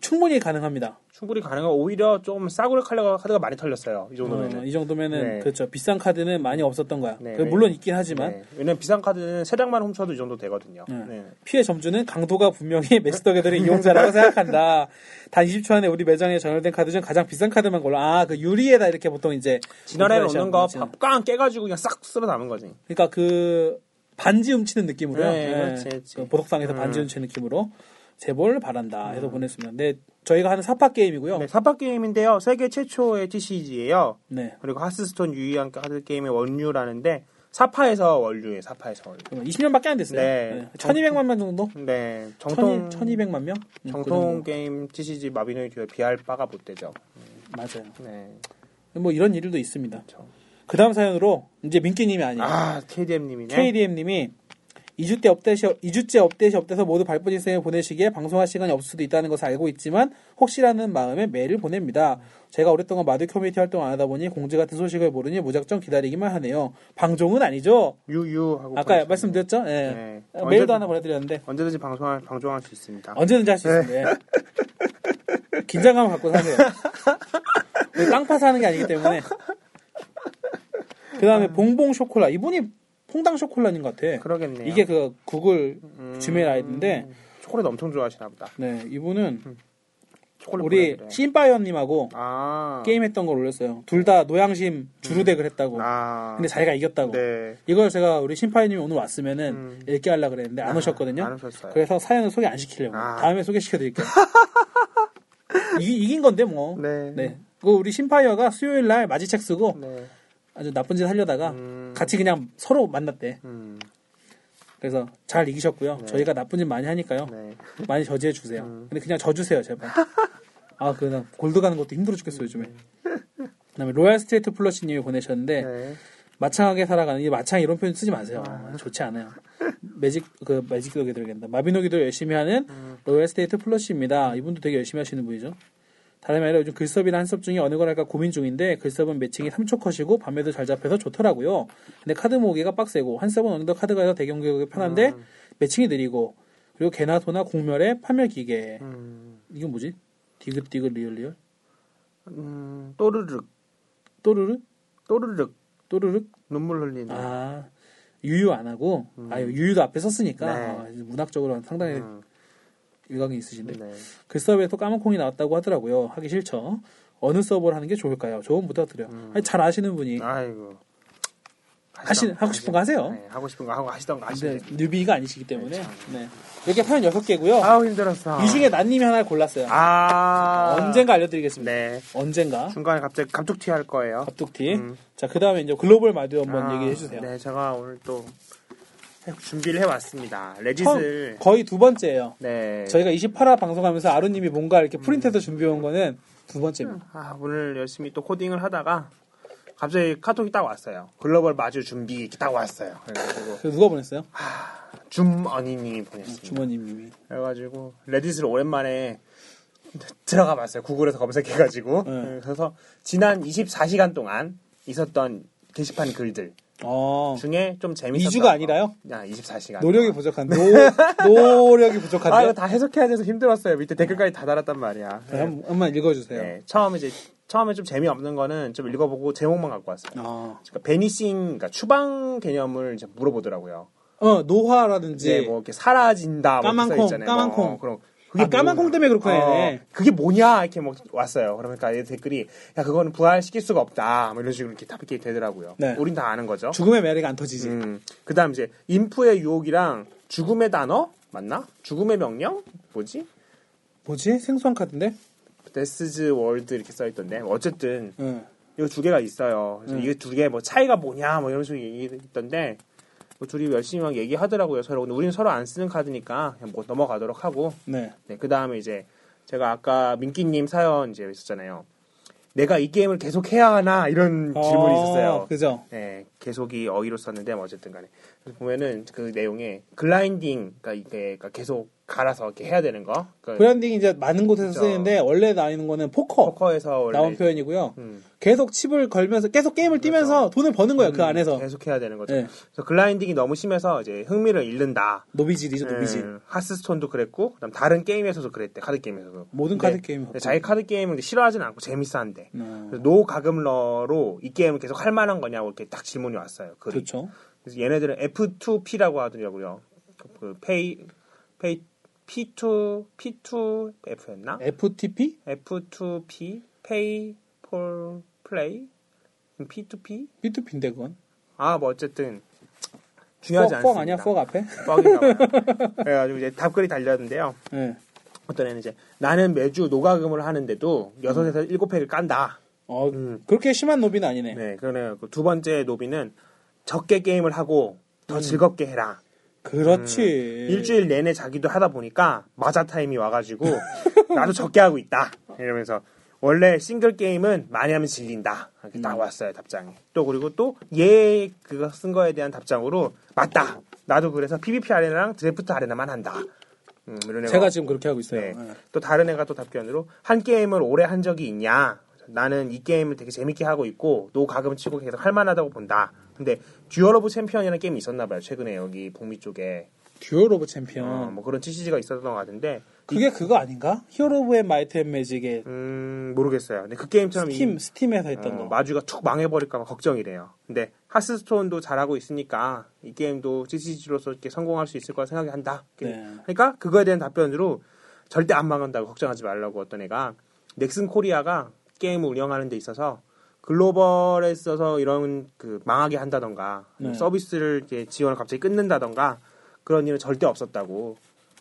충분히 가능합니다.
충분히 가능한 오히려 좀 싸구려 칼레가 카드가 많이 털렸어요. 이 정도면은.
어, 이 정도면은
네.
그렇죠. 비싼 카드는 많이 없었던 거야.
네,
그
네.
물론 있긴 하지만
네. 왜냐면 비싼 카드는 세 장만 훔쳐도 이 정도 되거든요.
네.
네.
피해 점주는 강도가 분명히 매스터게더의 이용자라고 생각한다. 단 20초 안에 우리 매장에 전열된 카드 중 가장 비싼 카드만 골라. 아, 그 유리에다 이렇게 보통 이제
지난해
오픈라인
오는 거
시합 거지.
밥깡 깨가지고 그냥 싹 쓸어 담은 거지.
그러니까 그 반지 훔치는 느낌으로요.
네, 그렇지, 그렇지. 음.
그 보석상에서 반지 훔치는 느낌으로 제보를 바란다 해서 보냈습니다. 근데 저희가 하는 사파 게임이고요.
네, 사파 게임인데요. 세계 최초의 TCG예요.
네.
그리고 하스스톤 유일한 카드 게임의 원류라는데 사파에서 원류예요. 사파에서 원류.
20년밖에 안 됐어요.
네.
네. 1200만 명 정도?
네. 정통
정통... 1200만 명? 음,
정통 게임 TCG 마비노이 듀오 비할 바가 못 되죠.
그 정도. 맞아요.
네.
뭐 이런 일도 있습니다.
그렇죠.
그 다음 사연으로 이제 민기님이 아니에요.
아, KDM 님이네.
KDM님이 2주 때 업데이트, 2주째 업데이트 업돼서 모두 바쁜 일생을 보내시기에 방송할 시간이 없을 수도 있다는 것을 알고 있지만 혹시라는 마음에 메일을 보냅니다. 제가 오랫동안 마드 커뮤니티 활동 안 하다 보니 공지 같은 소식을 모르니 무작정 기다리기만 하네요. 방종은 아니죠?
유유 하고
아까
보내주셨네요.
말씀드렸죠? 예.
네.
어, 메일도
언제든-
하나 보내드렸는데
언제든지 방송할 방송할 수 있습니다.
언제든지 할 수 있습니다. 예. 긴장감을 갖고 사세요. 우리 깡파 사는 게 아니기 때문에. 그
아.
다음에 봉봉 쇼콜라. 이분이 퐁당 쇼콜라인 것 같아.
그러겠네요. 음.
이게 그 구글 지메일 아이디인데
초콜릿 엄청 좋아하시나 보다.
네 이분은
음, 초콜릿
우리
보내드려요.
신바이언님하고
아. 음.
게임했던 걸 올렸어요. 둘 다 노양심 주루덱을 했다고.
아.
근데 자기가 이겼다고.
네.
이걸 제가 우리 신파이님이 오늘 왔으면은
음.
읽게 하려 고 그랬는데 안 오셨거든요.
안 오셨어요.
그래서 사연을 소개 안 시키려고.
아.
다음에 소개시켜드릴게요. 이, 이긴 건데 뭐.
네.
네. 그 우리 신파이어가 수요일 날 마지책 쓰고
네.
아주 나쁜 짓 하려다가
음.
같이 그냥 서로 만났대.
음.
그래서 잘 이기셨고요. 저희가 나쁜 짓 많이 하니까요.
네.
많이 저지해 주세요. 근데 그냥 져주세요, 제발. 아, 그, 나 골드 가는 것도 힘들어 죽겠어, 요즘에. 그 다음에 로얄 스트레이트 플러시님이 보내셨는데,
네.
마창하게 살아가는, 이 마창 이런 표현 쓰지 마세요. 좋지 않아요. 매직, 그, 매직 도기 들어간다. 마비노기도 열심히 하는 로얄 스테이트 플러시입니다. 이분도 되게 열심히 하시는 분이죠. 다름이 아니라 요즘 글섭이나 한섭 중에 어느 걸 할까 고민 중인데 글섭은 매칭이 3초 컷이고 밤에도 잘 잡혀서 좋더라고요. 근데 카드 모으기가 빡세고 한섭은 어느덧 카드가 해서 대경격이 편한데 매칭이 느리고 그리고 개나 소나 공멸에 파멸 기계
음.
이건 뭐지? 디귿디귿 리얼 리얼
음. 또르륵.
또르륵
또르륵.
또르륵
눈물 흘리는.
아 유유 안 하고 아 유유도 앞에 썼으니까
음. 네.
아, 문학적으로 상당히
음.
일각이 있으신데
네.
그 서버에서 까만콩이 나왔다고 하더라고요. 하기 싫죠. 어느 서버를 하는 게 좋을까요? 조언 부탁드려요. 아니, 잘 아시는 분이
음. 아이고.
하시, 하고 싶은 거 하세요. 네.
네, 하고 싶은 거 하고 하시던가
근데
하시면.
뉴비가 아니시기 때문에 네. 이렇게 사연 6개고요.
아우 힘들었어.
이 중에 난님이 하나 골랐어요.
아.
언젠가 알려드리겠습니다.
네.
언젠가
중간에 갑자기 감쪽튀 할 거예요.
갑툭튀.
음.
자, 그 다음에 이제 글로벌 마듀 한번
아,
얘기해 주세요.
네, 제가 오늘 또 준비를 해왔습니다.
처음,
레짓을
거의 두 번째예요.
네. 음.
저희가 28화 방송하면서 아루님이 뭔가 이렇게 프린트해서 준비해 온 거는 두 번째입니다.
아, 오늘 열심히 또 코딩을 하다가 갑자기 카톡이 딱 왔어요. 글로벌 마주 준비 이렇게 딱 왔어요. 그래가지고
그래서 누가 보냈어요?
아, 줌 언니님이 보냈습니다.
주머님님이.
그래가지고 레딧을 오랜만에 들어가봤어요. 구글에서 검색해가지고
네.
그래서 지난 24시간 동안 있었던 게시판 글들
어,
중에 좀 재밌었던
이주가 아니라요?
야, 24시간.
노력이 부족한, 노, 노력이
아,
부족한데요?
이거 다 해석해야 돼서 힘들었어요. 밑에 댓글까지 다 달았단 말이야.
네, 한 번만 읽어주세요.
네, 처음에 이제 처음에 좀 재미없는 거는 좀 읽어보고 제목만 갖고 왔어요.
아.
그러니까 베니싱, 그러니까 추방 개념을 이제 물어보더라고요.
어, 노화라든지.
이제 뭐 이렇게 사라진다,
네.
뭐 이렇게
까만콩,
써 있잖아요.
까만콩.
뭐, 그럼
아, 까만콩 때문에 그렇구나, 얘네.
어, 그게 뭐냐 이렇게 막 왔어요. 그러니까 얘 댓글이 야 그거는 부활시킬 수가 없다. 뭐 이런 식으로 이렇게 답게 되더라고요.
네.
우린 다 아는 거죠.
죽음의 매력이 안 터지지.
음, 그다음 이제 인프의 유혹이랑 죽음의 단어 맞나? 죽음의 명령 뭐지?
뭐지? 생소한 카드인데?
데스즈 월드 이렇게 써 있던데 어쨌든
응.
이거 두 개가 있어요.
음.
그래서 이게 두 개 뭐 차이가 뭐냐 뭐 이런 식으로 얘기했던데 뭐 둘이 열심히 막 얘기하더라고요 서로. 근데 우리는 서로 안 쓰는 카드니까 그냥 뭐 넘어가도록 하고.
네.
네, 그 다음에 이제 제가 아까 민기님 사연 이제 있었잖아요. 내가 이 게임을 계속 해야 하나 이런 그 질문이
어,
있었어요.
그죠?
네, 계속이 어휘로 썼는데 뭐 어쨌든 간에 그래서 보면은 그 내용에 글라인딩, 그러니까 이게 그러니까 계속 갈아서 이렇게 해야 되는 거. 그
브랜딩이 이제 많은 곳에서
그죠.
쓰이는데 원래 나오는 거는 포커
포커에서 원래
나온 그, 표현이고요.
음, 그렇죠.
계속 칩을 걸면서 계속 게임을 뛰면서 돈을 버는 거예요. 그 안에서
음, 계속 해야 되는 거죠.
네.
그래서 글라인딩이 너무 심해서 이제 흥미를 잃는다.
노비질이죠 노비질.
음, 하스스톤도 그랬고 그다음 다른 게임에서도 그랬대 카드 게임에서도
모든
근데
카드 게임.
자기 카드 게임을 싫어하진 않고 재밌어한대
어,
그래서 노 가금러로 이 게임을 계속 할 만한 거냐고 이렇게 딱 질문이 왔어요 글이.
그렇죠.
그래서 얘네들은 F2P라고 하더라고요 그 페이 페이 P2 P2F였나
FTP,
F2P 페이 폴 플레이 P2P
B2P인데 그건.
아 뭐 어쨌든 중요하지
퍽,
않습니다
퍽 아니야? 퍽 앞에?
뻑인가 봐요. 그래가지고 이제 답글이 달렸는데요
네.
어떤 애는 이제 나는 매주 노가금을 하는데도 여섯에서 일곱 회를 깐다.
어,
음.
그렇게 심한 노비는 아니네.
네, 그러네. 두 번째 노비는 적게 게임을 하고 더 즐겁게 해라.
그렇지.
음. 일주일 내내 자기도 하다 보니까 마자 타임이 와가지고 나도 적게 하고 있다. 이러면서 원래 싱글 게임은 많이 하면 질린다. 이렇게 딱 왔어요 답장이. 또 그리고 또 얘 그거 쓴 거에 대한 답장으로 맞다. 나도 그래서 PVP 아레나랑 드래프트 아레나만 한다. 음, 이런 애가
제가 지금 그렇게 하고 있어요.
네.
네.
또 다른 애가 또 답변으로 한 게임을 오래 한 적이 있냐? 나는 이 게임을 되게 재밌게 하고 있고 노 가금 치고 계속 할 만하다고 본다. 근데 듀얼 오브 챔피언이라는 게임이 있었나 봐요. 최근에 여기 북미 쪽에
듀얼 오브 챔피언.
어, 뭐 그런 TCG가 있었던 것 같은데
그게 그거 아닌가? 히어로 오브 마이트 앤 매직의
음, 모르겠어요. 근데 그 게임처럼 이-
스팀, 스팀에서
어,
했던 거.
마주가 툭 망해버릴까 봐 걱정이래요. 근데 하스스톤도 잘하고 있으니까 이 게임도 TCG로서 이렇게 성공할 수 있을 거라 생각한다.
네.
그러니까 그거에 대한 답변으로 절대 안 망한다고 걱정하지 말라고 어떤 애가 넥슨 코리아가 게임을 운영하는 데 있어서 글로벌에 있어서 이런 그 망하게 한다던가
네.
서비스를 이제 지원을 갑자기 끊는다던가 그런 일은 절대 없었다고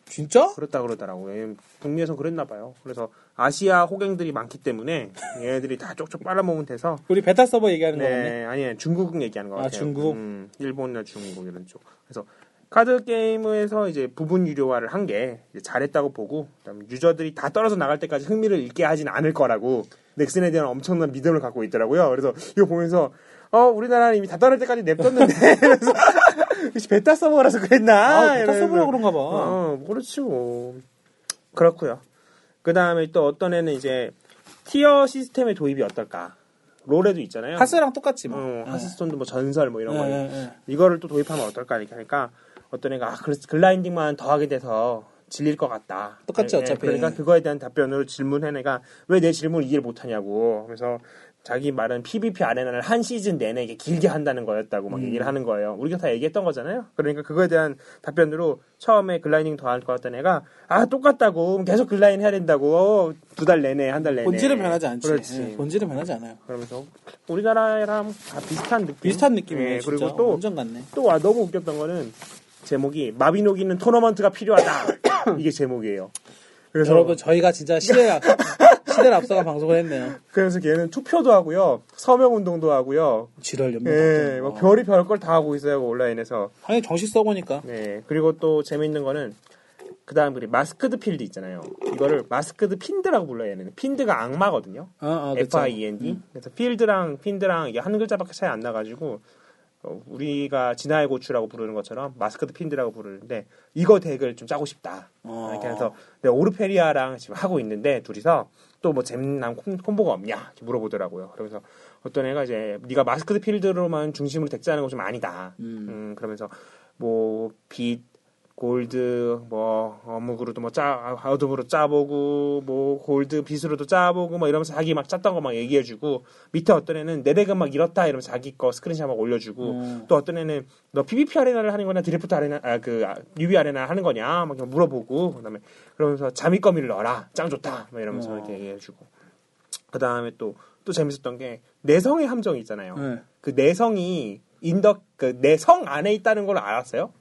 진짜?
그렇다 그러더라고요. 북미에서 그랬나 봐요. 그래서 아시아 호갱들이 많기 때문에 얘네들이 다 쪽쪽 빨아먹으면 돼서
우리 베타 서버 얘기하는 거 같네.
네, 아니 중국 얘기하는 것
아,
같아요.
중국?
음, 일본이나 중국 이런 쪽. 그래서 카드 게임에서 이제 부분 유료화를 한 게 잘했다고 보고 그다음 유저들이 다 떨어져 나갈 때까지 흥미를 잃게 하진 않을 거라고 넥슨에 대한 엄청난 믿음을 갖고 있더라고요. 그래서 이거 보면서 어 우리나라는 이미 다 떨어질 때까지 냅뒀는데 그래서 혹시 베타 서버라서 그랬나?
아, 베타
이러면서.
서버라 그런가 봐.
어, 그렇지 뭐. 그렇고요. 그 다음에 또 어떤 애는 이제 티어 시스템의 도입이 어떨까? 롤에도 있잖아요.
하스랑 똑같지 뭐.
어,
네.
하스스톤도 뭐 전설 뭐 이런
네,
거
네, 네.
이거를 또 도입하면 어떨까 이렇게 하니까 어떤 애가 아, 그래서 글라인딩만 더하게 돼서 질릴 것 같다.
똑같지,
예, 예.
어차피.
그러니까 그거에 대한 답변으로 질문한 애가 왜 내 질문을 이해를 못하냐고 하면서 자기 말은 PVP 아레나를 한 시즌 내내 이렇게 길게 한다는 거였다고
음.
막 얘기를 하는 거예요. 우리가 다 얘기했던 거잖아요. 그러니까 그거에 대한 답변으로 처음에 글라인딩 더할 것 같던 애가 아 똑같다고 계속 글라인 해야 된다고 두 달 내내 한 달 내내
본질은 변하지 않지.
그렇지. 음.
네, 본질은 변하지 않아요.
그러면서 우리나라랑 다 비슷한 느낌.
비슷한 느낌이에요.
예,
진짜.
그리고 또,
완전 같네.
또 아, 너무 웃겼던 거는 제목이 마비노기는 토너먼트가 필요하다. 이게 제목이에요. 그래서
여러분 저희가 진짜 시대 앞 시대 앞서간 방송을 했네요.
그래서 걔는 투표도 하고요. 서명 운동도 하고요.
지랄 연맹.
예,
어.
뭐 별이 별 걸 다 하고 있어요. 뭐 온라인에서.
당연히 정식 써보니까.
네. 그리고 또 재밌는 거는 그다음 그리 마스크드 필드 있잖아요. 이거를 마스크드 핀드라고 불러요. 얘는 핀드가 악마거든요.
아, 아,
F
그쵸.
I E N D. 그래서 필드랑 핀드랑 이게 한 글자밖에 차이 안 나가지고 어, 우리가 진화의 고추라고 부르는 것처럼 마스크드 핀드라고 부르는데 이거 덱을 좀 짜고 싶다.
어.
이렇게 해서 네, 오르페리아랑 지금 하고 있는데 둘이서 또 뭐 재미난 콤- 콤보가 없냐 이렇게 물어보더라고요. 그러면서 어떤 애가 이제 네가 마스크드 필드로만 중심으로 덱 짜는 거 좀 아니다. 음, 그러면서 뭐빛 골드 뭐 어묵으로도 뭐짜 아, 어둠으로 짜보고 뭐 골드 빛으로도 짜보고 뭐 이러면서 자기 막 짰던 거 막 얘기해주고 밑에 어떤 애는 내 덱은 막 이렇다 이러면서 자기 거 스크린샷 막 올려주고
음.
또 어떤 애는 너 PVP 아레나를 하는 거냐 드래프트 아레나 아그 UV 아레나 하는 거냐 막 이렇게 물어보고 그다음에 그러면서 자미거미를 넣어라 짱 좋다 막 이러면서
어.
이렇게 얘기해주고 그다음에 또 또 재밌었던 게 내성의 함정이 있잖아요
네.
그 내성이 인덕 그 내성 안에 있다는 걸 알았어요?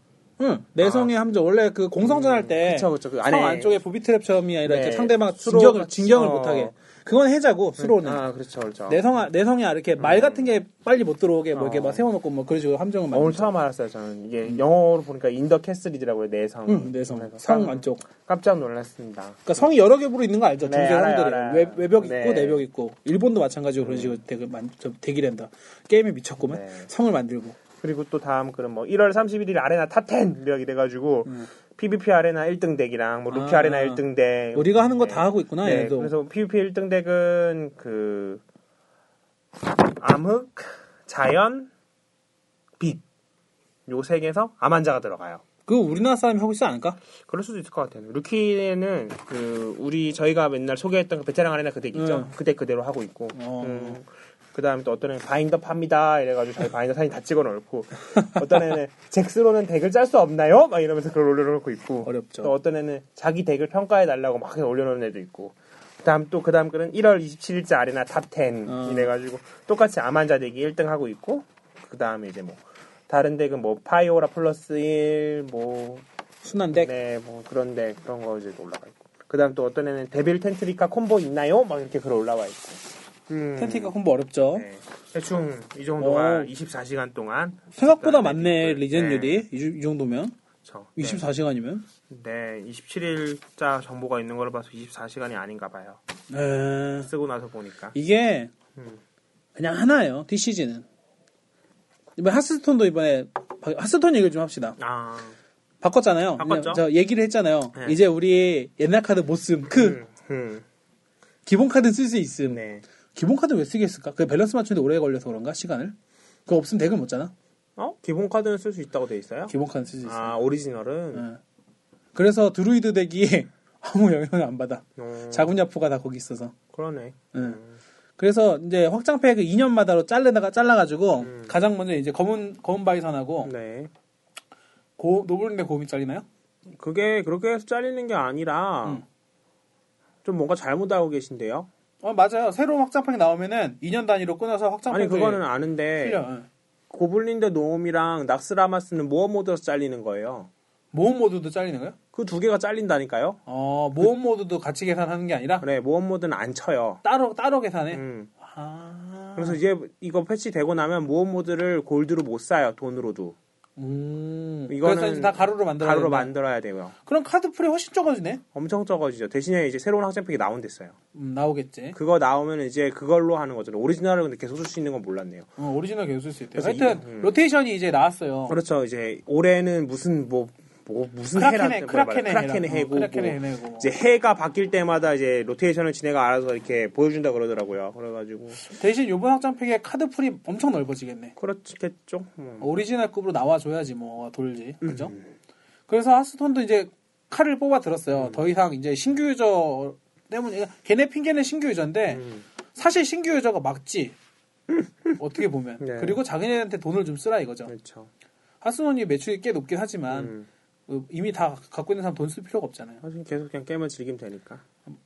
응. 내성의 함정 원래 그 공성전 할때
아. 그쵸, 그쵸. 그 안에-
성 안쪽에 부비트랩처럼이 아니라 이렇게
네.
상대방
수로
진격을
같이-
진격을
어.
못하게. 그건 해자고 수로는
아 그렇죠 그렇죠.
내성 내성이 이렇게 말 같은 게 빨리 못 들어오게 뭐 이렇게
어.
막 세워놓고 뭐 그런 식으로 함정을
오늘
만들.
처음 알았어요 저는 이게 영어로 보니까 인더 캐슬이더라고요 음. 네, 내성.
응, 음, 내성
그래서
성
깜-
안쪽.
깜짝 놀랐습니다.
그러니까 성이 여러 개 부로 있는 거 알죠?
네,
중세
알아요,
성들은
알아요.
외, 외벽 있고
네. 음.
내벽 있고 일본도 마찬가지로 그런 식으로 대기 만 대기된다. 게임에 미쳤구만
네.
성을 만들고
그리고 또 다음 글은 뭐 1월 31일 아레나 탑10 이렇게 돼가지고 PVP 아레나 1등 덱이랑 뭐 루피
음. 아.
아, 레나 1등 덱
우리가 하는 거
네.
다 하고 있구나
네,
얘도.
그래서 PVP 1등 덱은 그 암흑, 자연, 빛. 요세 개에서 암환자가 들어가요.
그 우리나라 사람이 하고 있지 않을까?
그럴 수도 있을 것 같아요. 루키에는 그 우리 저희가 맨날 소개했던 그 베테랑 아레나 그덱 있죠.
음.
그덱 그대로 하고 있고.
어.
음. 그다음에 또 어떤 애는 바인더 팝니다 이래가지고 저희 바인더 사진 다 찍어놓고 어떤 애는 잭스로는 덱을 짤 수 없나요? 막 이러면서 그걸 올려놓고 있고.
어렵죠.
또 어떤 애는 자기 덱을 평가해 달라고 막 이렇게 올려놓는 애도 있고. 그다음 또 그다음 글은 1월 27일자 아레나 탑10
어.
이래가지고 똑같이 암환자 덱이 1등 하고 있고. 그다음에 이제 뭐 다른 덱은 뭐 파이오라 플러스 1, 뭐
순한 덱.
네, 뭐 그런데 그런 거 이제 올라가 있고. 그다음 또 어떤 애는 데빌 텐트리카 콤보 있나요? 막 이렇게 글 올라와 있고. 음.
텐티가 공부 어렵죠.
네. 대충 이 정도가
오.
24시간 동안
생각보다
네,
많네
네.
리젠율이 이, 주- 이 정도면
그쵸.
24시간이면.
네. 네, 27일자 정보가 있는 걸로 봐서 24시간이 아닌가 봐요.
에...
쓰고 나서 보니까.
이게
음.
그냥 하나예요. DCG는. 이번 하스톤도 이번에 하스톤 얘기를 좀 합시다.
아,
바꿨잖아요.
바꿨죠?
왜냐면 저 얘기를 했잖아요.
네.
이제 우리 옛날 카드 못 쓰음. 크
음, 음.
기본 카드 쓸 수 있음.
네.
기본 카드 왜 쓰게 했을까? 그 밸런스 맞추는데 오래 걸려서 그런가 시간을? 그거 없으면 덱을 못 짜나?
어? 기본 카드는 쓸 수 있다고 돼 있어요?
기본 카드 쓸 수 있어.
아, 오리지널은.
예. 그래서 드루이드 덱이 아무 영향을 안 받아.
어,
자군야포가 다 거기 있어서.
그러네.
예. 그래서 이제 확장팩 2년마다로 잘르다가 잘라가지고
음.
가장 먼저 이제 검은 검은 바이선하고
네.
고- 노블린데 고음이 잘리나요?
그게 그렇게 해서 잘리는 게 아니라
음.
좀 뭔가 잘못하고 계신데요.
어 맞아요. 새로운 확장팩이 나오면은 2년 단위로 끊어서 확장팩
아니 그거는 아는데
틀려. 예.
고블린드 노움이랑 낙스라마스는 모험 모드에서 잘리는 거예요.
모험 모드도 잘리는 거예요?
그 두 개가 잘린다니까요.
어 모험 모드도 같이 계산하는 게 아니라
그래 모험 모드는 안 쳐요.
따로 따로 계산해.
음.
네. 아.
그래서 이제 이거 패치되고 나면 모험 모드를 골드로 못 사요. 돈으로도
음.
이거는
그래서 이제 다 가루로 만들어.
가루로 만들어야 돼요.
그럼 카드 풀이 훨씬 적어지네.
엄청 적어지죠. 대신에 이제 새로운 확장팩이 나온댔어요.
음, 나오겠지.
그거 나오면 이제 그걸로 하는 거죠. 오리지널을 근데 계속 쓸 수 있는 건 몰랐네요.
어, 오리지널 계속 쓸 수 있대요.
그래서
하여튼
이- 음.
로테이션이 이제 나왔어요.
그렇죠. 이제 올해는 무슨 뭐, 뭐 무슨
크라켄의
해라
크라켄의
크라켄의
해라.
해고
어, 크라켄의
뭐
해고.
이제 해가 바뀔 때마다 이제 로테이션을 지네가 알아서 이렇게 보여준다 그러더라고요. 그래가지고
대신 요번 확장팩의 카드 풀이 엄청 넓어지겠네.
그렇겠죠. 뭐.
오리지널급으로 나와줘야지 뭐 돌지.
음.
그죠? 그래서 하스톤도 이제 칼을 뽑아
음.
들었어요. 더 이상 이제 신규 유저 때문에 그러니까 걔네 핑계는 신규 유저인데
음.
사실 신규 유저가 막지. 어떻게 보면
네.
그리고 자기네한테 돈을 좀 쓰라 이거죠.
그렇죠.
하스톤이 매출이 꽤 높긴 하지만
음.
어, 이미 다 갖고 있는 사람 돈 쓸 필요가 없잖아요.
사실 계속 그냥 게임을 즐기면 되니까.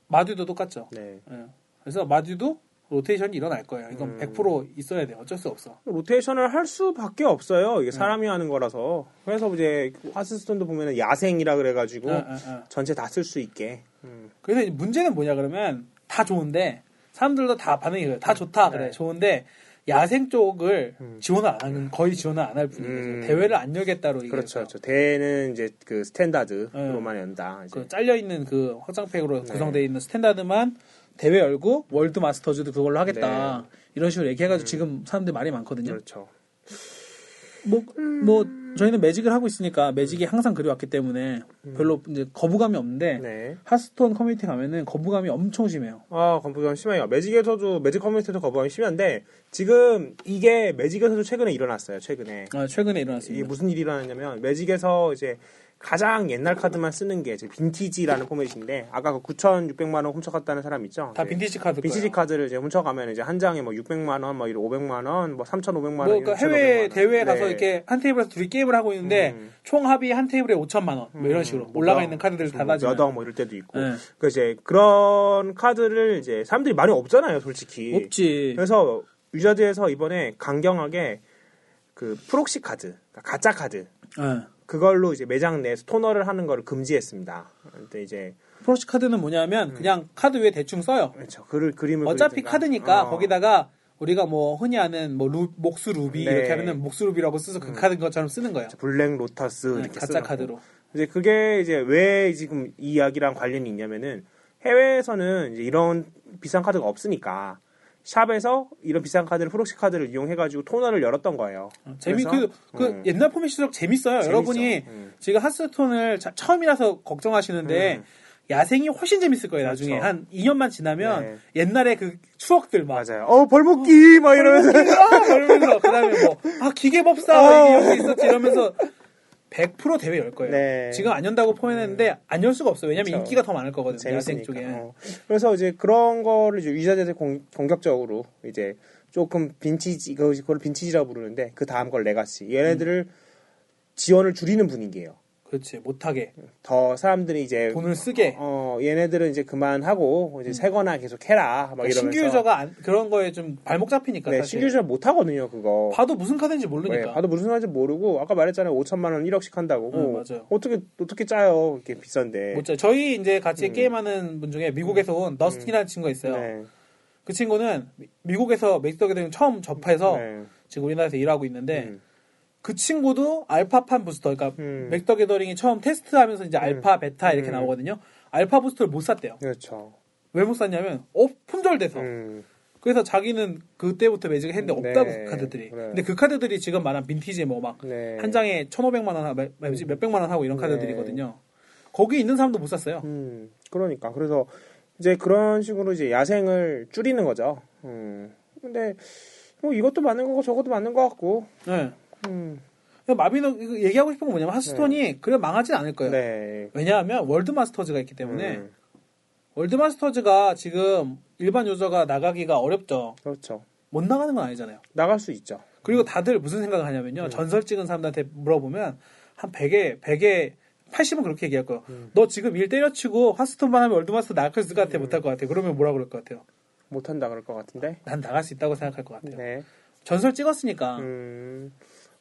마듀도 똑같죠.
네.
예. 그래서 마듀도 로테이션이 일어날 거예요. 이건
음.
100% 있어야 돼. 어쩔 수 없어.
로테이션을 할 수밖에 없어요. 이게 사람이 하는 거라서. 그래서 이제 하스스톤도 보면 야생이라 그래가지고
예, 예, 예.
전체 다 쓸 수 있게. 음.
그래서 이제 문제는 뭐냐 그러면 다 좋은데 사람들도 다 반응이 그래요. 다 좋다 그래.
네.
좋은데 야생 쪽을
음.
지원을 안 하는 거의 지원을 안 할 뿐인 거죠.
음.
대회를 안 열겠다로 얘기해서
그렇죠. 그렇죠. 대회는 이제 그 스탠다드로만 연다. 이제.
그 잘려 있는 그 확장팩으로
네.
구성되어 있는 스탠다드만 대회 열고 월드 마스터즈도 그걸로 하겠다.
네.
이런 식으로
음.
얘기해가지고 지금 사람들 이 말이 많거든요.
그렇죠.
뭐, 뭐
음.
저희는 매직을 하고 있으니까 매직이 항상 그려왔기 때문에 별로 이제 거부감이 없는데
네.
하스톤 커뮤니티 가면은 거부감이 엄청 심해요.
아, 거부감 심해요. 매직에서도, 매직 커뮤니티에서 거부감이 심한데, 지금 이게 매직에서도 최근에 일어났어요, 최근에.
아, 최근에
이게 뭐,
일어났습니다.
무슨 일이 일어났냐면, 매직에서 이제 가장 옛날 카드만 쓰는 게 이제 빈티지라는 포맷인데, 아까 그 9,600만원 훔쳐갔다는 사람 있죠?
다
네.
빈티지 카드
빈티지
거예요.
카드를 이제 훔쳐가면 이제 한 장에 뭐 600만원, 뭐 500만원, 뭐 3,500만원.
뭐 그러니까 해외 대회에 가서 이렇게 한 테이블에서 둘이 게임을 하고 있는데
네. 음.
총 합이 한 테이블에 5천만 원. 뭐 이런 식으로 올라가 있는 카드들을 다 따지면
음, 몇억뭐 이럴 때도 있고.
네.
그 이제 그런 카드를 이제 사람들이 많이 없잖아요, 솔직히.
없지.
그래서 유저드에서 이번에 강경하게 그 프록시 카드, 그러니까 가짜 카드
예.
그걸로 이제 매장 내에서 토너를 하는 걸 금지했습니다. 근데 이제
프로시 카드는
음.
뭐냐면 그냥 카드 위에 대충 써요.
그렇죠. 그를 그림을
어차피
그리든가.
카드니까
어,
거기다가 우리가 뭐 흔히 아는 뭐 루- 목수 루비
네.
이렇게 하면은 목수 루비라고 써서 그 카드인 것처럼 쓰는 거예요.
블랙 로터스
네,
이렇게
가짜
쓰라고.
카드로.
이제 그게 이제 왜 지금 이 이야기랑 관련이 있냐면은 해외에서는 이제 이런 비싼 카드가 없으니까 샵에서 이런 비싼 카드를 프록시 카드를 이용해가지고 토너를 열었던 거예요.
재미
그래서,
그, 그
음.
옛날 포맷일수록 재밌어요.
재밌어.
여러분이
음.
지금 핫스톤을 자- 처음이라서 걱정하시는데
음.
야생이 훨씬 재밌을 거예요. 나중에
그렇죠. 네.
한 2년만 지나면 옛날에 그 추억들 막
맞아요. 어 벌복기 막 이러면서
아! 이러면서 그다음에 뭐 아
어.
기계법사 이런 게 있었지 이러면서 100% 대회 열 거예요.
네.
지금 안 연다고 포현했는데 안 열 수가 없어요. 왜냐면
그렇죠.
인기가 더 많을 거거든요. 야생 쪽에.
재밌으니까. 어. 그래서 이제 그런 거를 이제 유자재들 공, 공격적으로 이제 조금 빈티지 그걸 그걸 빈티지라고 부르는데 그 다음 걸 레가시 얘네들을 지원을 줄이는 분위기예요.
그렇지 못하게
더 사람들이 이제
돈을 쓰게.
네. 어 얘네들은 이제 그만하고 이제 새거나 계속 해라 막 이러면서
음. 그러니까 신규 유저가 안- 그런 거에 좀 발목 잡히니까
네
사실.
신규 유저 못 하거든요 그거
봐도 무슨 카드인지 모르니까.
네, 봐도 무슨 말인지 모르고 아까 말했잖아요 5천만 원 1억씩 한다고
응, 음, 맞아요.
어떻게 어떻게 짜요 이렇게 비싼데
못 자. 저희 이제 같이 게임하는 분 중에 미국에서 온 너스틴이라는 친구가 있어요.
음. 네.
그 친구는 미- 미국에서 맥덕에는 처음 접해서
네.
지금 우리나라에서 일하고 있는데
음.
그 친구도 알파판 부스터, 그러니까
음.
맥더게더링이 처음 테스트하면서 이제 알파, 베타 이렇게 나오거든요. 알파 부스터를 못 샀대요.
그렇죠
왜 못 샀냐면 어, 품절돼서.
음.
그래서 자기는 그때부터 매직을 했는데 없다고
네,
그 카드들이.
그래.
근데 그 카드들이 지금 말한 빈티지 뭐 막 한
네.
장에 1,500만 원, 몇- 몇- 몇백만 원 하고 이런
네.
카드들이거든요. 거기 있는 사람도 못 샀어요.
음, 그러니까 그래서 이제 그런 식으로 이제 야생을 줄이는 거죠. 음. 근데 뭐 이것도 맞는 거고 저것도 맞는 거 같고.
네.
음.
그러니까 마비노 이거 얘기하고 싶은 건 뭐냐면 하스톤이 그래 망하진 않을 거예요.
네.
왜냐하면 월드 마스터즈가 있기 때문에
음,
월드 마스터즈가 지금 일반 유저가 나가기가 어렵죠.
그렇죠.
못 나가는 건 아니잖아요.
나갈 수 있죠.
그리고 다들 무슨 생각을 하냐면요.
음.
전설 찍은 사람들한테 물어보면 한 100에 100에 80은 그렇게 얘기할 거예요.
음.
너 지금 일 때려치고 하스톤만 하면 월드 마스터 나갈 것 같아 못할 것 같아. 그러면 뭐라 그럴 것 같아요?
못 한다 그럴 것 같은데.
난 나갈 수 있다고 생각할 것 같아요.
네.
전설 찍었으니까.
음.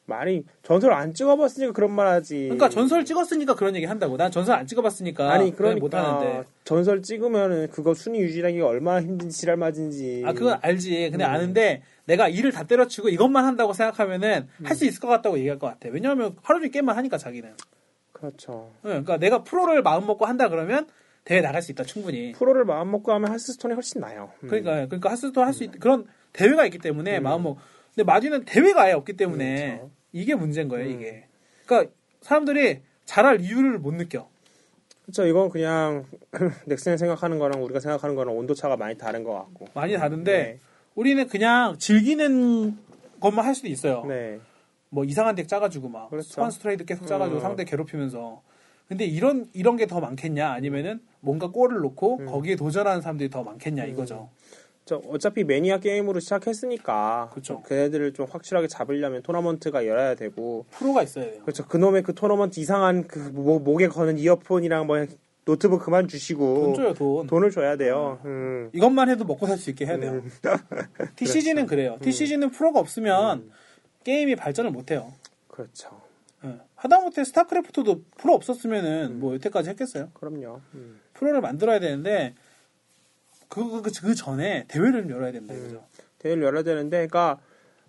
말이 전설 안 찍어봤으니까 그런 말하지.
그러니까 전설 찍었으니까 그런 얘기 한다고. 난 전설 안 찍어봤으니까
아니
그냥
그러니까
못 하는데.
전설 찍으면은 그거 순위 유지하기가 얼마나 힘든지 지랄 맞은지.
아 그건 알지.
음.
근데 아는데 내가 일을 다 때려치고 이것만 한다고 생각하면은
음.
할 수 있을 것 같다고 얘기할 것 같아. 왜냐하면 하루 종일 게임만 하니까 자기는.
그렇죠.
응, 그러니까 내가 프로를 마음 먹고 한다 그러면 대회 나갈 수 있다 충분히.
프로를 마음 먹고 하면 하스스톤이 훨씬 나요. 음.
그러니까 그러니까 하스도 할 수 있 그런 대회가 있기 때문에 마음 먹. 근데 마디는 대회가 아예 없기 때문에
그렇죠. 음.
이게 문제인 거예요 이게. 그러니까 사람들이 잘할 이유를 못 느껴.
그렇죠. 이건 그냥 넥슨이 생각하는 거랑 우리가 생각하는 거랑 온도 차가 많이 다른 것 같고.
많이 다른데
네.
우리는 그냥 즐기는 것만 할 수도 있어요.
네.
뭐 이상한 덱 짜가지고 막
그렇죠.
스판스 트레이드 계속 짜가지고
음.
상대 괴롭히면서 근데 이런 이런 게 더 많겠냐 아니면은 뭔가 골을
음.
놓고 거기에 도전하는 사람들이 더 많겠냐 이거죠.
저 어차피 매니아 게임으로 시작했으니까
그쵸.
걔네들을 좀 확실하게 잡으려면 토너먼트가 열어야 되고
프로가 있어야 돼요.
그렇죠. 그놈의 그 토너먼트 이상한 그 목, 목에 거는 이어폰이랑 뭐 노트북 그만
돈
주시고
줘요 돈.
돈을 줘야 돼요. 음.
이것만 해도 먹고 살 수 있게 해야 돼요. TCG는 그래요.
그렇죠. 음.
TCG는 프로가 없으면 게임이 발전을 못 해요.
그렇죠.
예. 하다못해 스타크래프트도 프로 없었으면은
음.
뭐 여태까지 했겠어요.
그럼요. 음.
프로를 만들어야 되는데 그, 그, 그 전에 대회를 열어야 된다
음.
이거죠.
대회를 열어야 되는데, 그러니까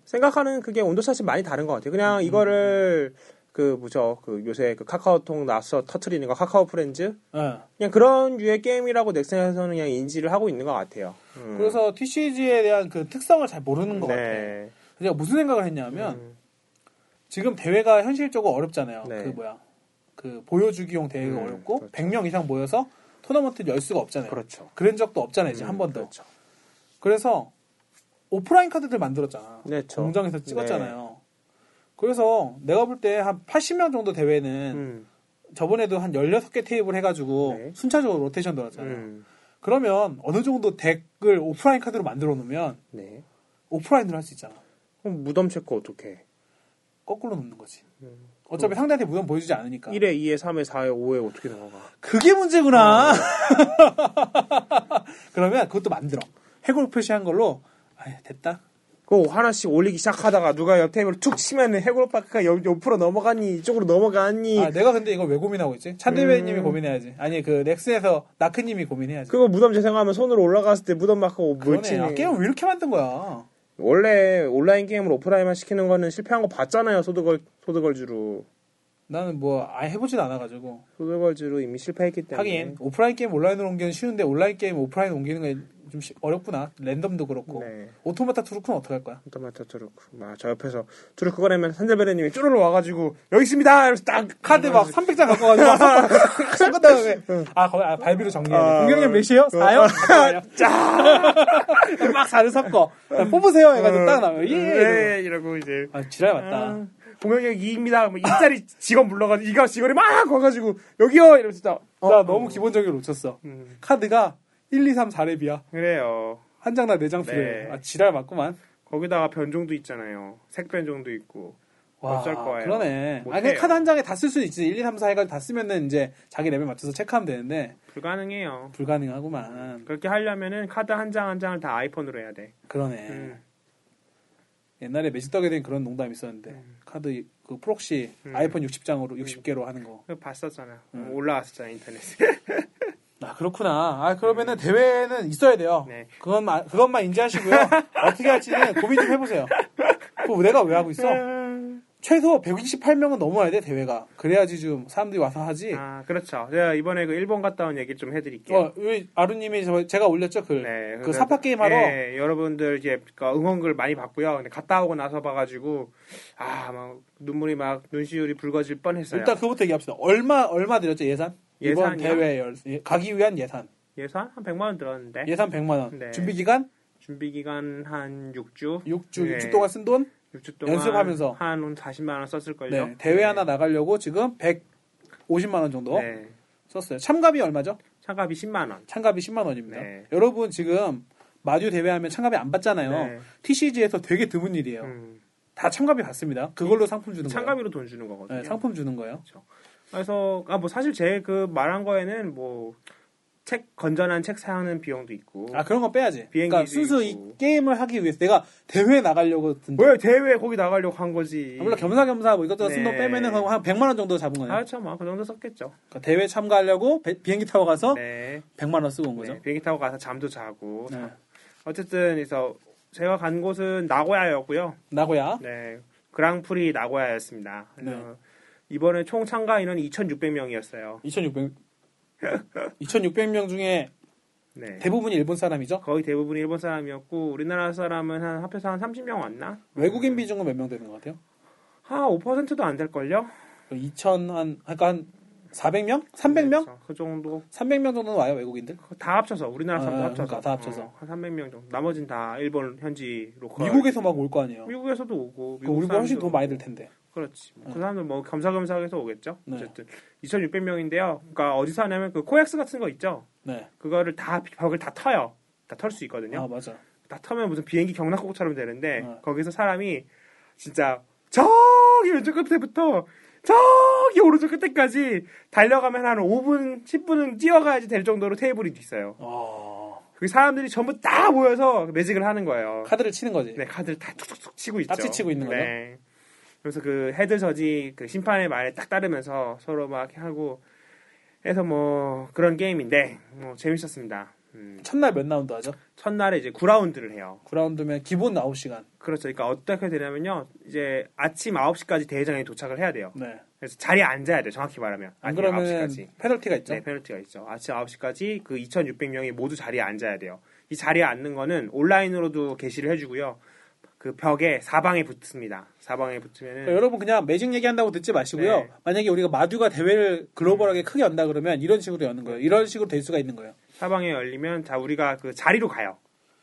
생각하는 그게 온도 차이 많이 다른 것 같아요. 그냥 이거를 그 뭐죠, 그 요새 그 카카오톡 나서 터트리는 거 카카오 프렌즈
예.
그냥 그런 류의 게임이라고 넥슨에서는 그냥 인지를 하고 있는 것 같아요. 음.
그래서 TCG에 대한 그 특성을 잘 모르는 것 같아요.
네.
제가 무슨 생각을 했냐면
음.
지금 대회가 현실적으로 어렵잖아요.
네.
그 뭐야 그 보여주기용 대회가
음,
어렵고
그렇죠.
100명 이상 모여서 토너먼트 열 수가 없잖아요.
그렇죠.
런 적도 없잖아요. 지금 한 번도.
그렇죠.
그래서 오프라인 카드들 만들었잖아.
네, 저. 네.
공장에서 찍었잖아요. 그래서 내가 볼 때 한 80명 정도 대회는
음.
저번에도 한 16개 테이블 해가지고
네.
순차적으로 로테이션 돌았잖아요.
음.
그러면 어느 정도 덱을 오프라인 카드로 만들어 놓으면
네.
오프라인으로 할 수 있잖아.
그럼 무덤 체크 어떻게?
거꾸로 놓는 거지.
네.
어차피 상대한테 무덤 보여주지 않으니까.
1회, 2회, 3회, 4회, 5회 어떻게 넘어가?
그게
어.
문제구나. 그러면 그것도 만들어. 해골 표시한 걸로 아 됐다.
그거 하나씩 올리기 시작하다가 누가 옆 테이블 툭 치면 해골파크가 옆, 옆으로 넘어갔니 이쪽으로 넘어갔니
아 내가 근데 이걸 왜 고민하고 있지? 차대배님이 고민해야지. 아니 그 넥스에서 나크님이 고민해야지.
그거 무덤 재생하면 손으로 올라갔을 때 무덤 마크가
그러네. 아,
물치네
게임 왜 이렇게 만든 거야?
원래 온라인 게임을 오프라인만 시키는 거는 실패한 거 봤잖아요 소드걸 소드걸즈로
나는 뭐 아예 해보지도 않아가지고
소드걸즈로 이미 실패했기 때문에
하긴 오프라인 게임 온라인으로 옮기는 쉬운데 온라인 게임 오프라인 옮기는 게 좀 시- 어렵구나. 랜덤도 그렇고.
네.
오토마타 투르크는 어떻게 할 거야?
토마토 트루크. 막 저 옆에서 트루크 꺼내면 산자베레님이 쭈르르 와가지고 여기 있습니다. 이러면서 딱
카드 막 300장 갖고 와가지고 막 섞은 다음에 아 거기 아, 발비로 정리해.
아, 아,
공격력 몇이에요? 4요? 쫙막 4를 섞어. 자, 뽑으세요 해가지고 딱 나면 예. 이러고.
예, 이러고 이제
아 지랄 맞다.
공격력 2입니다. 뭐 이자리 직원 불러가지고 이가 직원이 막 와가지고 여기요 이러면서 진짜 어,
나 너무 기본적인 걸 놓쳤어.
음,
카드가 1, 2, 3, 4렙이야.
그래요.
한 장당 4장 필요해.
네.
아 지랄 맞구만.
거기다가 변종도 있잖아요. 색 변종도 있고.
와,
어쩔 거예요.
그러네.
못
아 그냥
해요.
카드 한 장에 다 쓸 수는 있지. 1, 2, 3, 4 해가지고 다 쓰면은 이제 자기 레벨 맞춰서 체크하면 되는데
불가능해요.
불가능하구만.
그렇게 하려면은 카드 한 장 한 장을 다 아이폰으로 해야 돼.
그러네.
음.
옛날에 매직덕에 대한 그런 농담이 있었는데 카드 그 프록시
음.
아이폰 60장으로 60개로 하는 거.
그거 봤었잖아. 어,
음.
올라왔었잖아 인터넷에.
아 그렇구나. 아 그러면은 대회는 있어야 돼요.
네.
그건 마- 그것만 인지하시고요. 어떻게 할지는 고민 좀 해보세요. 그 내가 왜 하고 있어? 음. 최소 128명은 넘어야 돼 대회가. 그래야지 좀 사람들이 와서 하지.
아 그렇죠. 제가 이번에 그 일본 갔다 온 얘기 좀 해드릴게요.
어, 왜 아루님이 저- 제가 올렸죠 글.
아, 예. 네,
그 사파 게임 하러.
예, 여러분들 이제 그 응원글 많이 봤고요. 근데 갔다 오고 나서 봐가지고 아 막 눈물이 막 눈시울이 붉어질 뻔했어요.
일단 그부터 얘기합시다. 얼마 얼마 들었죠 예산? 이번
예산이요?
대회 열, 예, 가기 위한 예산.
예산 한 100만 원 들었는데
예산 100만 원.
네.
준비 기간
준비 기간 한 6주,
6주
네.
6주 동안 쓴 돈.
6주 동안
연습하면서.
한 40만 원 썼을 걸요.
네, 대회 하나 나가려고 지금 150만 원 정도
네.
썼어요. 참가비 얼마죠?
차값이 10만 원.
참가비 10만 원입니다.
네.
여러분 지금 마듀 대회 하면 참가비 안 받잖아요.
네.
TCG에서 되게 드문 일이에요.
음,
다 참가비 받습니다. 그걸로 상품 주는 거예요.
참가비로 돈 주는 거거든요.
네, 상품 주는 거예요.
그래서 아 뭐 사실 제 그 말한 거에는 뭐 책 건전한 책 사는 비용도 있고
아 그런 거 빼야지.
비행기도
그러니까 순수 히
있고.
게임을 하기 위해서 내가 대회 나가려고 든.
왜 대회 거기 나가려고 한 거지?
아, 물론 겸사겸사 뭐 이것저것 쓴 돈
네.
빼면은 그럼 한 100만 원 정도 잡은 거예요.
아, 참, 아, 그 정도 썼겠죠.
그러니까 대회 참가하려고 배- 비행기 타고 가서
네.
100만 원 쓰고 온 어? 거죠.
네, 비행기 타고 가서 잠도 자고.
네.
어쨌든, 그래서 제가 간 곳은 나고야였고요.
나고야.
네. 그랑프리 나고야였습니다.
네.
그래서 이번에 총 참가 인원 2,600명이었어요.
2,600 2,600명 중에
네.
대부분이 일본 사람이죠.
거의 대부분 일본 사람이었고, 우리나라 사람은 한 합해서 한 30명 왔나?
외국인 비중은 몇 명 되는 것 같아요?
한 5%도 안 될걸요?
2,000 한 그러니까 한 400명? 300명?
그래서 그 정도.
300명 정도는 와요 외국인들.
다 합쳐서, 우리나라 사람도
아,
합쳐서.
그러니까 다 합쳐서.
어, 한 300명 정도. 나머진 다 일본 현지 로컬.
미국에서 막 올 거 아니에요.
미국에서도 오고.
그 우리보다 훨씬
사람도
돈 많이 들 텐데.
그렇지. 그 사람들 뭐 겸사겸사해서 오겠죠.
네.
어쨌든 2,600명인데요. 그러니까 어디서 하냐면 그 코엑스 같은 거 있죠.
네.
그거를 다 벽을 다 터요. 다 털 수 있거든요.
아 맞아.
다 터면 무슨 비행기 경락고처럼 되는데
네.
거기서 사람이 진짜 저기 왼쪽 끝에부터 저기 오른쪽 끝에까지 달려가면 한 5분, 10분은 뛰어가야지 될 정도로 테이블이 있어요.
어...
그 사람들이 전부 다 모여서 매직을 하는 거예요.
아, 카드를 치는 거지.
네, 카드를 다 툭툭툭 치고 있죠.
딱지 치고 있는 거죠?
네. 그래서 그 헤드 저지 그 심판의 말에 딱 따르면서 서로 막 하고 해서 뭐 그런 게임인데 뭐 재밌었습니다. 음.
첫날 몇 라운드 하죠?
첫날에 이제 9라운드를 해요.
9라운드면 기본 9시간.
그렇죠. 그러니까 어떻게 되냐면요. 이제 아침 9시까지 대회장에 도착을 해야 돼요.
네.
그래서 자리에 앉아야 돼요. 정확히 말하면.
안
어. 아침
그러면
9시까지.
페널티가 있죠.
네, 페널티가 있죠. 아침 9시까지 그 2,600명이 모두 자리에 앉아야 돼요. 이 자리에 앉는 거는 온라인으로도 게시를 해주고요. 그 벽에 사방에 붙습니다. 사방에
그러니까
붙으면은
여러분 그냥 매직 얘기한다고 듣지 마시고요.
네. 음.
만약에 우리가 마듀가 대회를 글로벌하게 크게 연다 그러면 이런 식으로 여는 거예요. 이런 식으로 될 수가 있는 거예요.
사방에 열리면 자 우리가 그 자리로 가요.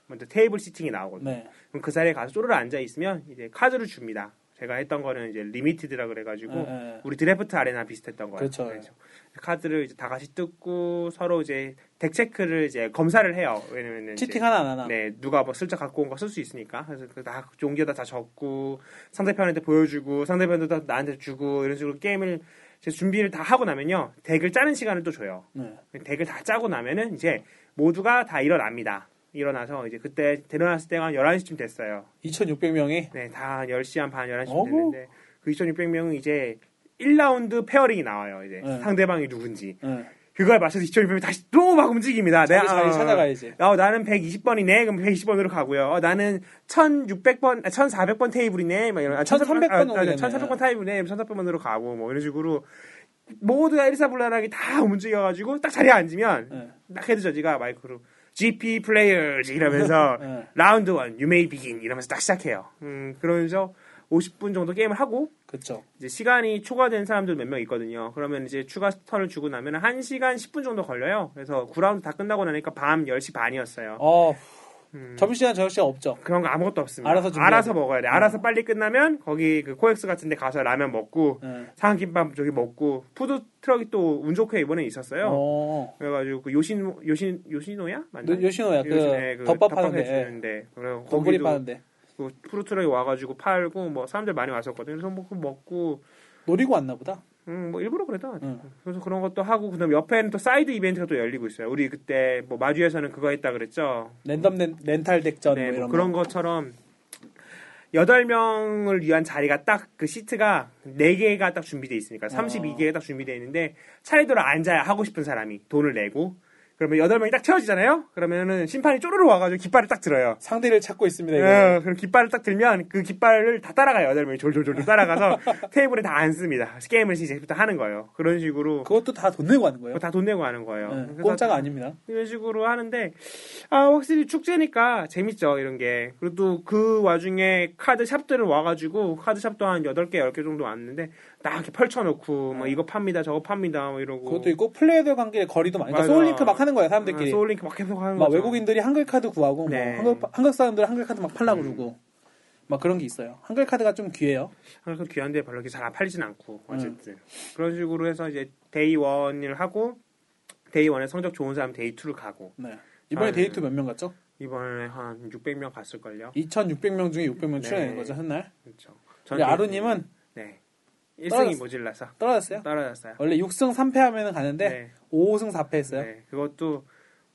먼저 테이블 시팅이 나오거든요.
네.
그럼 그 자리에 가서 쪼르르 앉아 있으면 이제 카드를 줍니다. 제가 했던 거는 이제 리미티드라 그래가지고
네, 네.
우리 드래프트 아레나 비슷했던 거예요.
그렇죠.
그래서 카드를 이제 다 같이 뜯고 서로 이제 덱 체크를 이제 검사를 해요. 왜냐면 이제
치팅 하나 안 하나.
네, 누가 뭐 슬쩍 갖고 온 거 쓸 수 있으니까. 그래서 그다 종기에다 다 적고 상대편한테 보여주고 상대편도 다 나한테 주고 이런 식으로 게임을 이제 준비를 다 하고 나면요 덱을 짜는 시간을 또 줘요.
네.
덱을 다 짜고 나면은 이제 모두가 다 일어납니다. 일어나서 이제 그때 일어났을 때가 한 11시쯤 됐어요.
2,600명이
네, 다 10시 한 반, 11시쯤
어머.
됐는데 그 2,600명은 이제 1라운드 페어링이 나와요. 이제
네.
상대방이 누군지.
네.
그걸 맞춰서 2,600명이 다시 또 막 움직입니다.
자기
내가-
자리 찾아가야지.
어, 나는 120번이네. 그럼 120번으로 가고요. 어, 나는 1600번, 아, 1400번 테이블이네. 막 이런. 아,
1300 번
아, 아,
오겠네.
1400번 테이블이네. 1400번으로 가고 뭐 이런 식으로 모두가 일사불란하게 다 움직여가지고 딱 자리에 앉으면
네.
딱 헤드 저지가 마이크로 GP players 이러면서
네.
라운드 원 you may begin 이러면서 딱 시작해요. 음, 그러면서 50분 정도 게임을 하고
그렇죠.
이제 시간이 초과된 사람들 몇 명 있거든요. 그러면 이제 추가 스턴을 주고 나면 1시간 10분 정도 걸려요. 그래서 9라운드 다 끝나고 나니까 밤 10시 반이었어요.
어
음.
점심시간 저녁시간 없죠.
그런 거 아무것도 없습니다.
알아서 준비해야
알아서 먹어야 돼. 알아서 빨리 끝나면 거기 그 코엑스 같은 데 가서 라면 먹고
네.
상김밥 저기 먹고 푸드 트럭이 또 운 좋게 이번에 있었어요.
어.
그래가지고 그 요신 요신 요신호야 맞나?
네, 요시노야. 그
요신에
덮밥 하는데.
해주는데 그래서
돈벌이
거기도
파는데
그 푸드트럭이 와가지고 팔고 뭐 사람들 많이 왔었거든요. 그래서 뭐 그거 먹고
노리고 왔나 보다.
음, 뭐 일부러 그랬던 것 같아요.
응.
그래서 그런 것도 하고 그다음 옆에는 또 사이드 이벤트가 또 열리고 있어요. 우리 그때 뭐 마주에서는 그거 했다 그랬죠.
랜덤 렌, 렌탈 덱전
네,
뭐
뭐
이런
그런 것처럼 여덟 명을 위한 자리가 딱 그 시트가 네 개가 딱 준비돼 있으니까
어.
32개가 딱 준비돼 있는데 차례대로 앉아야 하고 싶은 사람이 돈을 내고 그러면 여덟 명이 딱 채워지잖아요. 그러면은 심판이 쪼르르 와가지고 깃발을 딱 들어요.
상대를 찾고 있습니다. 이거.
어, 그럼 깃발을 딱 들면 그 깃발을 다 따라가요. 여덟 명이 졸졸졸 따라가서 테이블에 다 앉습니다. 게임을 이제부터 하는 거예요. 그런 식으로
그것도 다 돈 내고 하는 거예요.
다 돈 내고 하는 거예요.
네,
그렇죠. 그래서
공짜가 아닙니다.
이런 식으로 하는데 아 확실히 축제니까 재밌죠 이런 게 그리고 또 그 와중에 카드 샵들을 와가지고 카드 샵도 한 8개 10개 정도 왔는데 딱 이렇게 펼쳐놓고 막 이거 팝니다 저거 팝니다 뭐 이러고
네. 그것도 있고 플레이어들 관계 거리도 많이. 그러니까
맞아.
소울링크 막 하는 거야
아,
사람들끼리.
소울링크 막 계속 하는
막
거죠.
외국인들이 한글 카드 구하고
네. 음.
뭐 한국 한국 사람들 한글 카드 막 팔라 고 그러고 막 그런 게 있어요. 한글 카드가 좀 귀해요.
그래서 귀한데 별로 이렇게 잘 팔리진 않고
음.
어쨌든 그런 식으로 해서 이제 데이 원을 하고 데이 원에 성적 좋은 사람 데이 투를 가고
네. 이번에
아, 네.
데이트 몇 명 갔죠?
이번에 한 600명 갔을걸요
2,600명 중에 600명
네.
출연한 거죠 한 날.
그렇죠
우리 아루님은 네?
네 1승이
떨어졌-
모질라서
떨어졌어요.
떨어졌어요
원래 6승 3패하면 가는데 5승 4패 했어요.
네, 그것도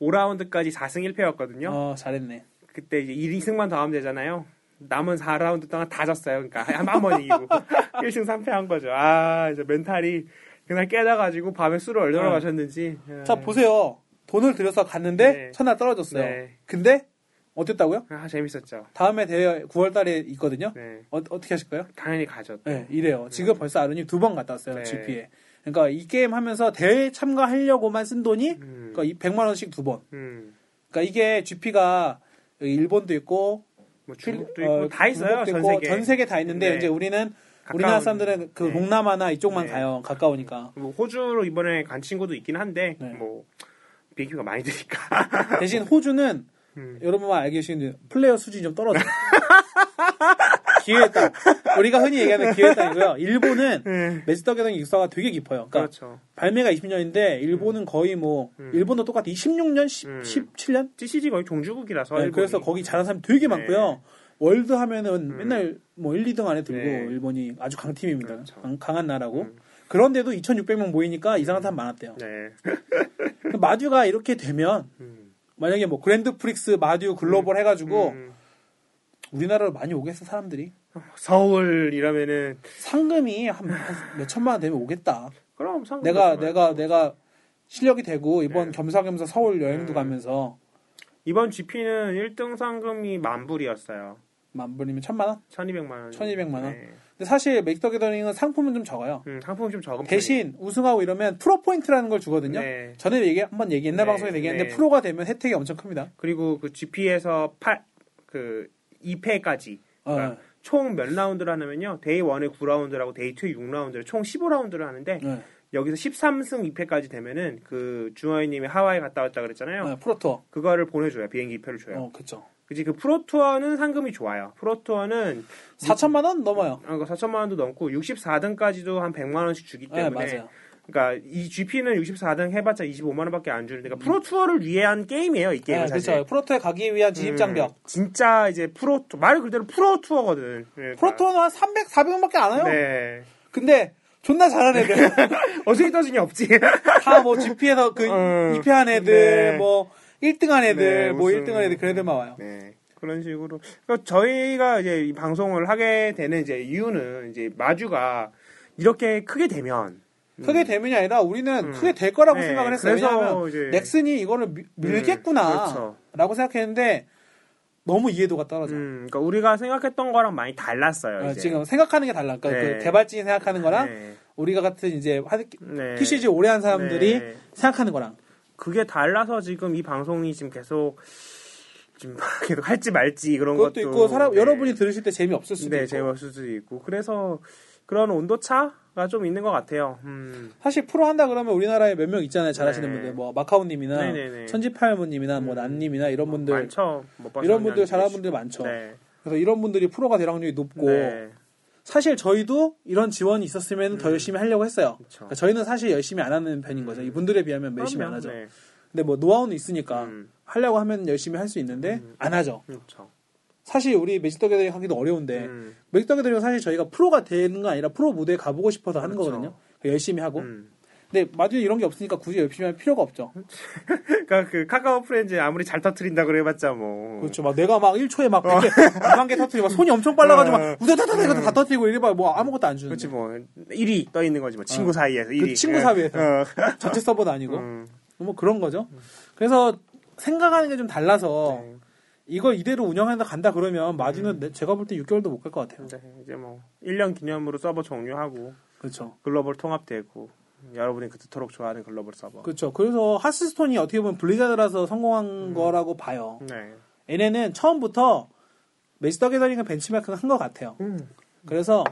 5라운드까지 4승 1패였거든요.
어 잘했네.
그때 이제 1승만 더 하면 되잖아요. 남은 4라운드 동안 다 졌어요. 그러니까 한 번 이기고 1승 3패 한 거죠. 아, 이제 멘탈이 그날 깨져가지고 밤에 술을 얼마나
네.
마셨는지.
자 보세요. 돈을 들여서 갔는데
네.
첫날 떨어졌어요.
네.
근데 어땠다고요?
아, 재밌었죠.
다음에 대회 9월달에 있거든요.
네,
어, 떻게 하실까요?
당연히 가죠.
네, 이래요. 지금 벌써 아론이 두 번 갔다 왔어요
네.
GP에. 그러니까 이 게임 하면서 대회 참가하려고만 쓴 돈이
음,
그러니까 이 100만 원씩 두 번.
음,
그러니까 이게 GP가 일본도 있고
뭐 중국도
어,
있고 다 있어요.
중국도
전
있고
세계.
전 세계 다 있는데
네.
이제 우리는
가까운-
우리나라 사람들은 그
네.
동남아나 이쪽만
네.
가요. 가까우니까.
뭐 호주로 이번에 간 친구도 있긴 한데
네.
뭐 비행기가 많이 드니까.
대신 호주는
음.
여러분만 알고 계시는 플레이어 수준이 좀 떨어져요. 기회 땅. 우리가 흔히 얘기하는 기회 땅이고요. 일본은
네.
매직더게더 역사가 되게 깊어요. 그러니까
그렇죠.
발매가 20년인데 일본은 거의 뭐 일본도 똑같이 26년, 10,
음.
17년? 네,
TCG 거의 종주국이라서 일본이. 네.
그래서 거기 잘하는 사람 되게 많고요. 월드 하면은 맨날 뭐 1, 2등 안에 들고
음. 네.
일본이 아주 강팀입니다.
그렇죠.
강, 한 나라고. 그런데도 2,600명 모이니까 이상한 사람 많았대요.
네.
근데 마듀가 이렇게 되면
음.
만약에 뭐 그랜드 프릭스 마듀 글로벌 해가지고
음.
우리나라로 많이 오겠어 사람들이
서울 이러면은
상금이 한 몇 천만 원 되면 오겠다.
그럼 상금
내가
없지만.
내가 내가 실력이 되고 이번
네.
겸사겸사 서울
음.
여행도 가면서
이번 GP는 1등 상금이 만 불이었어요.
만 불이면 천만 원.
1,200만 원.
1200만 원?
네.
근데 사실 맥더 게더링은 상품은 좀 적어요.
음, 상품이 좀 적은
대신 우승하고 이러면 프로 포인트라는 걸
편이에요.
주거든요.
네.
전에 얘기 한 번 얘기 옛날
네,
방송에서 얘기했는데
네.
프로가 되면 혜택이 엄청 큽니다.
그리고 그 GP에서 8, 그 2패까지
어.
아, 총 몇 라운드를 하냐면요. 데이 1에 9라운드라고 데이 2에 6라운드를 총 15라운드를 하는데
네.
여기서 13승 2패까지 되면은 그 주원이 님이 하와이 갔다 왔다 그랬잖아요.
네, 프로 투어.
그거를 보내줘요. 비행기 표를 줘요.
어, 그렇죠.
그지 그 프로투어는 상금이 좋아요. 프로투어는
4천만 원 넘어요.
아, 그 4천만 원도 넘고 64등까지도 한 100만 원씩 주기
네,
때문에
맞아요.
그러니까 이 GP는 64등 해봤자 25만 원밖에 안 주는데 그러니까 프로 투어를 위한 게임이에요 이 게임은
네,
사실.
그렇죠. 프로 투어에 가기 위한 진입 장벽.
음, 진짜 이제 프로 투- 말 그대로 프로 투어거든. 그러니까.
프로 투어는 한 300, 400명밖에 안 와요.
네.
근데 존나 잘하는 애들.
어떻게 떠지니 없지.
다 뭐 GP에서 그
음.
2패한 애들,
네.
뭐 1등한 애들,
네,
뭐
무슨-
1등한 애들 그런 애들만 와요.
네. 그런 식으로. 그러니까 저희가 이제 이 방송을 하게 되는 이제 이유는 이제 마주가 이렇게 크게 되면
크게 되면이 아니라 우리는 크게 될 거라고
네,
생각을 했어요.
그래서
왜냐하면
이제- 네,
넥슨이 이거를 밀- 밀겠구나라고
그렇죠.
생각했는데 너무 이해도가 떨어져. 요 아,
음, 그러니까 우리가 생각했던 거랑 많이 달랐어요. 음, 아, 이제.
지금 생각하는 게 달라. 그러니까
네.
그 개발진이 생각하는 거랑
네.
우리가 같은 이제 하-
네.
TCG 오래 한 사람들이
네.
생각하는 거랑
그게 달라서 지금 이 방송이 지금 계속 지금 계속 할지 말지 그런
그것도
것도,
있고 사람
네.
여러분이 들으실 때 재미없을 수도
네,
있고
재미없을 수도 있고 그래서 그런 온도 차가 좀 있는 것 같아요. 음.
사실 프로 한다 그러면 우리나라에 몇 명 있잖아요 잘하시는
네.
분들 뭐 마카오님이나
네네네.
천지팔모님이나 뭐
음.
난님이나 이런 분들
많죠. 못 봐서
이런 분들
그냥
잘하는
계시고.
분들 많죠
네.
그래서 이런 분들이 프로가 될 확률이 높고
네.
사실 저희도 이런 지원이 있었으면 더 열심히 하려고 했어요
음. 그렇죠.
그러니까 저희는 사실 열심히 안 하는 편인 거죠 이분들에 비하면 열심히 안
음. 그럼요.
하죠
네.
근데 뭐 노하우는 있으니까
음.
하려고 하면 열심히 할 수 있는데 안 하죠
그렇죠.
사실 우리 매직더 게더링 하기도 어려운데
음.
맥덕에 들면 사실 저희가 프로가 되는 거 아니라 프로 무대에 가보고 싶어서 하는
그렇죠.
거거든요. 그러니까 열심히 하고.
음.
근데 마주 이런 게 없으니까 굳이 열심히 할 필요가 없죠.
그러니까 그 카카오 프렌즈 아무리 잘 터트린다 그래봤자 뭐.
그렇죠. 막 내가 막 1초에 막 100개, 2만 개 터트리고 막 손이 엄청 빨라가지고
어.
막 우다다다다다 다 터트리고 이래봐 뭐 아무것도 안 주는데.
그렇지 뭐 1위 떠 있는 거지 뭐 친구 사이에서
아.
1위.
그
네.
친구 사이에서. 자체 서버도 아니고.
음.
뭐 그런 거죠. 그래서 생각하는 게 좀 달라서
네. 음.
이걸 이대로 운영한다 간다 그러면 마주는 내- 제가 볼 때 6개월도 못 갈 것 같아요.
이제- 이제 뭐 1년 기념으로 서버 종료하고
그렇죠.
글로벌 통합되고 여러분이 그토록 좋아하는 글로벌 서버.
그렇죠. 그래서 하스스톤이 어떻게 보면 블리자드라서 성공한
음.
거라고 봐요.
네.
얘네는 처음부터 매지더 게더링을 벤치마킹 한것 같아요. 그래서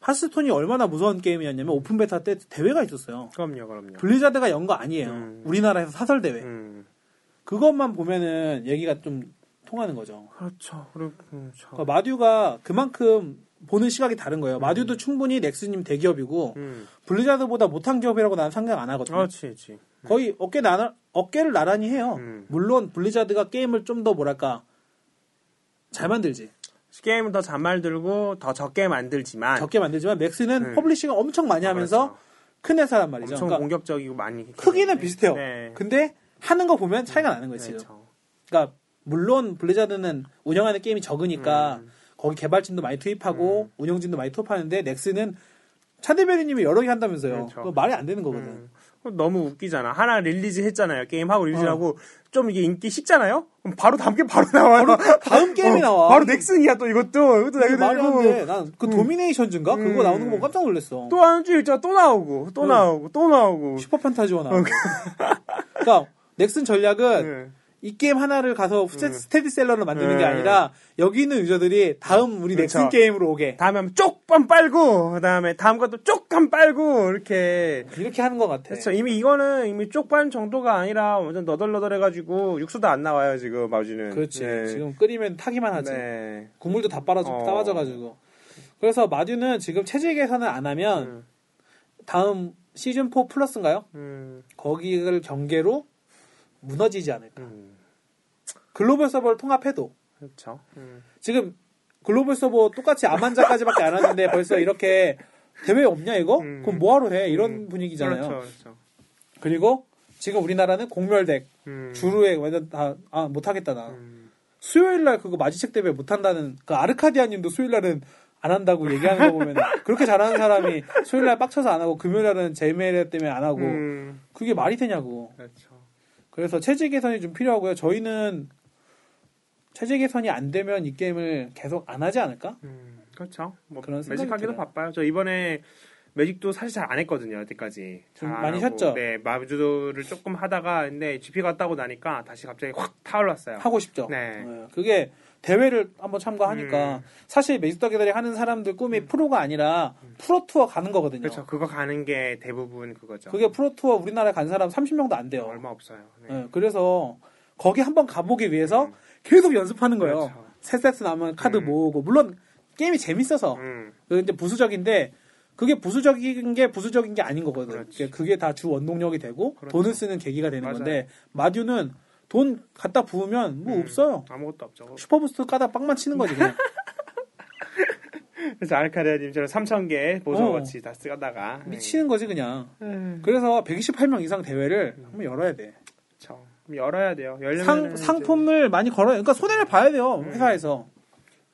하스톤이 얼마나 무서운 게임이었냐면 오픈 베타 때 대회가 있었어요.
그럼요, 그럼요.
블리자드가 연 거 아니에요.
음.
우리나라에서 사설 대회.
음.
그것만 보면은 얘기가 좀 통하는 거죠.
그렇죠. 그리고 음, 참.
그러니까 마듀가 그만큼 보는 시각이 다른 거예요. 마듀도 충분히 넥스님 대기업이고
음.
블리자드보다 못한 기업이라고 나는 생각 안 하거든요.
그렇지, 그렇지.
거의 어깨 나나, 어깨를 나란히 해요.
네. 음.
물론 블리자드가 게임을 좀 더 뭐랄까 잘 만들지.
게임을 더 잘 만들고 더 적게 만들지만
적게 만들지만 맥스는
네.
퍼블리싱을 엄청 많이 하면서
아. 그렇죠.
큰 회사란 말이죠.
엄청
그러니까
공격적이고 많이
크기는 비슷해요.
네.
근데 하는 거 보면 차이가 나는 거예요, 지금.
그렇죠.
그러니까 물론 블리자드는 운영하는 게임이 적으니까
음.
거기 개발진도 많이 투입하고 운영진도 많이 투입하는데 넥스는 차대별이님이 여러 개 한다면서요.
그렇죠.
그거 말이 안 되는 거거든.
음. 너무 웃기잖아. 하나 릴리즈 했잖아요. 게임하고
어.
릴리즈하고 좀 이게 인기 식잖아요? 그럼 바로 다음 게 바로 나와요.
다음 게임이
어,
나와.
바로 넥슨이야, 또 이것도. 이것도
이게 말이 안
내가 어. 음.
돼. 난그 도미네이션즈인가 그거 나오는 거 보고 깜짝 놀랐어.
또한 주 일자 또 나오고, 또 나오고, 또 나오고.
슈퍼 판타지원 나오고. 그러니까 넥슨 전략은
네.
이 게임 하나를 가서 스테- 스테디셀러로 만드는 게
음.
아니라 여기 있는 유저들이 다음 우리
그렇죠.
넥슨 게임으로 오게
다음에 하면 쪽밤 빨고, 그 다음에 다음 것도 쪽밤 빨고, 이렇게.
이렇게 하는 것 같아.
그렇죠. 이미 이거는 이미 쪽반 정도가 아니라 완전 너덜너덜해가지고 육수도 안 나와요 지금 마우지는.
그렇지.
네.
지금 끓이면 타기만 하지.
네.
국물도 다 빨아서
어.
따와져가지고. 그래서 마듀는 지금 체질 개선을 안 하면
음.
다음 시즌 4 플러스인가요?
음.
거기를 경계로 무너지지 않을까.
음.
글로벌 서버를 통합해도
그렇죠. 음.
지금 글로벌 서버 똑같이 암환자까지밖에 안 하는데 벌써 이렇게 대회 없냐 이거?
음.
그럼 뭐하러 해? 이런 분위기잖아요.
그렇죠, 그렇죠.
그리고 지금 우리나라는 공멸덱
음.
주루에 완전 다 아, 못하겠다 나
음.
수요일 날 그거 마지책 대회 못한다는 그 아르카디아님도 수요일 날은 안 한다고 얘기하는 거 보면 그렇게 잘하는 사람이 수요일 날 빡쳐서 안 하고 금요일 날은 제메레 때문에 안 하고
음.
그게 말이 되냐고
그렇죠.
그래서 체질 개선이 좀 필요하고요 저희는 체질 개선이 안 되면 이 게임을 계속 안 하지 않을까
음. 그렇죠. 뭐
그런 생각이
매직하기도
들어요.
바빠요. 저 이번에 매직도 사실 잘 안 했거든요 여태까지.
좀
잘안
많이
하고.
쉬었죠?
네, 마주도를 조금 하다가 근데 GP 갔다 오고 나니까 다시 갑자기 확 타올랐어요.
하고 싶죠
네. 음.
예, 그게 대회를 한번 참가하니까 사실 메이스터 게더리 하는 사람들 꿈이 프로가 아니라 프로 투어 가는 거거든요
그렇죠. 그거 가는 게 대부분 그거죠.
아. 그게 프로 투어 우리나라에 간 사람 30명도 안 돼요
얼마 없어요. 네.
예, 그래서 거기 한번 가보기 위해서
음.
계속 연습하는 거예요.
그렇죠.
세 세트 남은 카드
음.
모으고 물론 게임이 재밌어서
음.
그 이제 부수적인데 그게 부수적인 게 부수적인 게 아닌 거거든.
그렇지.
요 그게 다 주 원동력이 되고
그렇죠.
돈을 쓰는 계기가 되는
맞아요.
건데 마듀는 돈 갖다 부으면 뭐
음.
없어요.
아무것도 없죠.
슈퍼부스트 까다 빵만 치는 거지 그냥.
그래서 알카리아님처럼 3,000개 보석
어.
같이 다 쓰다가
미치는 거지 그냥.
음.
그래서 128명 이상 대회를 한번 열어야 돼.
그렇죠. 그럼 열어야 돼요. 음. 열려면
상, 상품을 많이 걸어요. 그러니까 손해를 봐야 돼요.
음.
회사에서.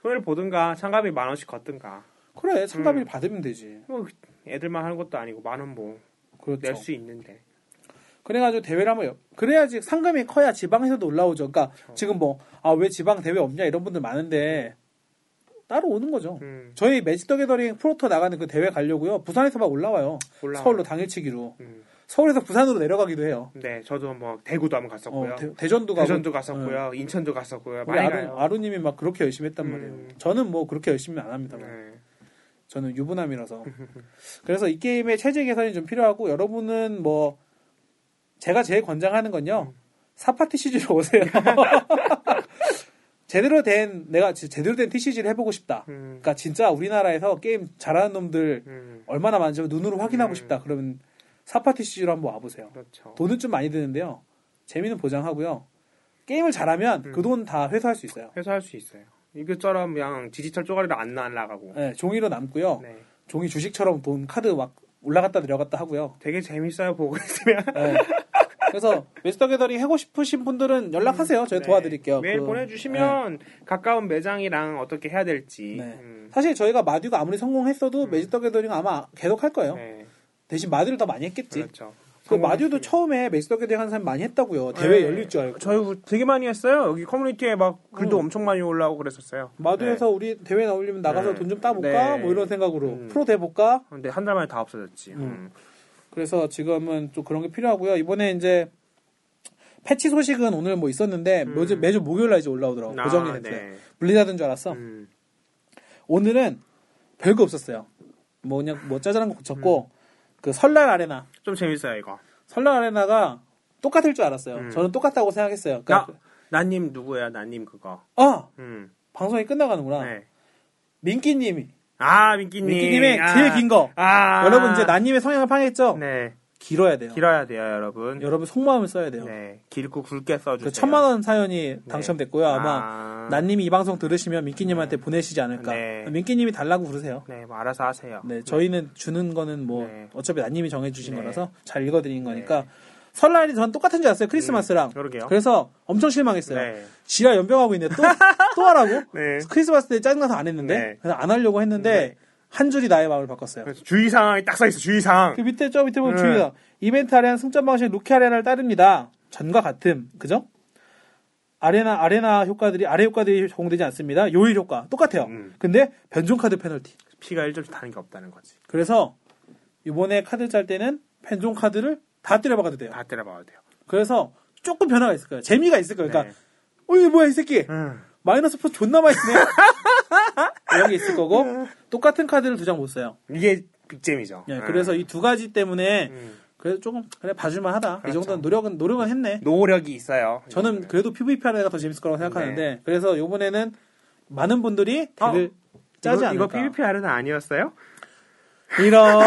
손해를 보든가 창갑이 만 원씩 걷든가.
그래
음.
상담비를 받으면 되지.
뭐 애들만 하는 것도 아니고 만 원 뭐 낼
그렇죠.
수 있는데.
그래가지고 대회를 한번 여- 그래야지 상금이 커야 지방에서도 올라오죠. 그러니까
어.
지금 뭐 아 왜 지방 대회 없냐 이런 분들 많은데 따로 오는 거죠.
음.
저희 매직 더 게더링 프로토 나가는 그 대회 가려고요. 부산에서 막 올라와요.
올라와요.
서울로 당일치기로.
음.
서울에서 부산으로 내려가기도 해요.
네, 저도 뭐 대구도 한번 갔었고요.
어, 대, 대전도 가고 어.
대전도 갔었고요. 인천도 갔었고요.
우리
많이 가요.
아루, 아루님이 막 그렇게 열심히 했단
음.
말이에요. 저는 뭐 그렇게 열심히 안 합니다.
네.
저는 유부남이라서. 그래서 이 게임의 체제 개선이 좀 필요하고 여러분은 뭐 제가 제일 권장하는 건요.
음.
사파티 시즈로 오세요. 제대로 된 내가 지- 제대로 된 TCG를 해보고 싶다.
음,
그러니까 진짜 우리나라에서 게임 잘하는 놈들
음,
얼마나 많은지 눈으로 확인하고
음.
싶다. 그러면 사파티 시즈로 한번 와보세요.
그렇죠.
돈은 좀 많이 드는데요. 재미는 보장하고요. 게임을 잘하면
음.
그 돈 다 회수할 수 있어요.
회수할 수 있어요. 이것처럼 그냥 지지철 쪼가리로 안 날라가고.
예, 종이로 남고요.
네.
종이 주식처럼 돈 카드 막 올라갔다 내려갔다 하고요.
되게 재밌어요 보고 있으면.
예. 그래서 웨스터 게더링 하고 싶으신 분들은 연락하세요. 저희
네.
도와드릴게요.
메일
그-
보내주시면 가까운 매장이랑 어떻게 해야 될지.
네. 예.
음,
사실 저희가 마듀가 아무리 성공했어도
음.
메스터 게더링 아마 계속 할 거예요.
네,
대신 마듀를 더 많이 했겠지.
그렇죠.
그 마듀도 처음에 메스터 게더링 한 사람 많이 했다고요. 대회
네.
열릴 줄 알고.
저희 되게 많이 했어요. 여기 커뮤니티에 막 글도 엄청 많이 올라오고 그랬었어요.
마듀에서 우리 대회 나오려면 나가서
네.
돈 좀 따볼까?
네.
뭐 이런 생각으로
음.
프로 돼볼까?
근데 한 달 만에 다 없어졌지.
음.
음.
그래서 지금은 좀 그런 게 필요하고요. 이번에 이제 패치 소식은 오늘 뭐 있었는데
음.
매주, 매주 목요일 날 이제 올라오더라고
아,
고정이 됐어요.
네.
블리자드인 줄 알았어.
음.
오늘은 별거 없었어요. 뭐 그냥 뭐 짜잘한 거 고쳤고
음.
그 설날 아레나
좀 재밌어요 이거.
설날 아레나가 똑같을 줄 알았어요.
음.
저는 똑같다고 생각했어요.
나
그러니까
나님 누구야? 나님 그거.
아
음.
방송이 끝나가는구나.
네.
민기님이
아 민기님.
아. 민기님의
아.
제일 긴 거.
아
여러분 이제 나님의 성향을 파악했죠?
네
길어야 돼요.
길어야 돼요 여러분.
여러분 속마음을 써야 돼요.
네 길고 굵게 써주세요. 네.
그 천만 원 사연이 당첨됐고요. 아마
아.
난님이 이 방송 들으시면 민기님한테 보내시지 않을까.
네.
민기님이 달라고 부르세요.
네, 뭐 알아서 하세요.
네, 저희는 주는 거는 뭐
네.
어차피 난님이 정해주신
네.
거라서 잘 읽어드린 거니까 설날이 전 똑같은 줄 알았어요. 크리스마스랑.
음, 그러게요.
그래서 엄청 실망했어요.
네.
지하 연병하고 있는데 또, 또 하라고?
네.
크리스마스 때 짜증나서 안 했는데
네.
그래서 안 하려고 했는데 한 줄이 나의 마음을 바꿨어요.
그래서 주의사항이 딱 써 있어. 주의사항.
그 밑에 저 밑에 보면
네.
주의사 이벤트 아레나 승점 방식 루키 아레나를 따릅니다. 전과 같음 그죠? 아레나 아레나 효과들이 아래 효과들이 적용되지 않습니다. 요일 효과 똑같아요.
음.
근데 변종 카드 페널티.
피가 1점씩 다는 게 없다는 거지.
그래서 이번에 카드 짤 때는 변종 카드를 다 때려박아도 돼요.
다 때려봐도 돼요.
그래서 조금 변화가 있을 거예요. 재미가 있을 거예요. 그러니까
네.
어 이거 뭐야 이 새끼
음.
마이너스 플러스 존나 많이 쓰네. 이런 게 있을 거고 똑같은 카드를 두 장 못 써요.
이게 빅잼이죠.
예,
음.
그래서 이 두 가지 때문에
음.
그래서 조금 그래 봐줄만하다. 이
그렇죠. 네.
정도는 노력은 노력은 했네.
음. 노력이 있어요.
저는 그래도 PVP 하는 애가 더 재밌을 거라고 생각하는데 그래서 이번에는 많은 분들이
네. 어?
댓글 짜지
이거, 이거
않을까.
PVP 아레나 아니었어요?
이런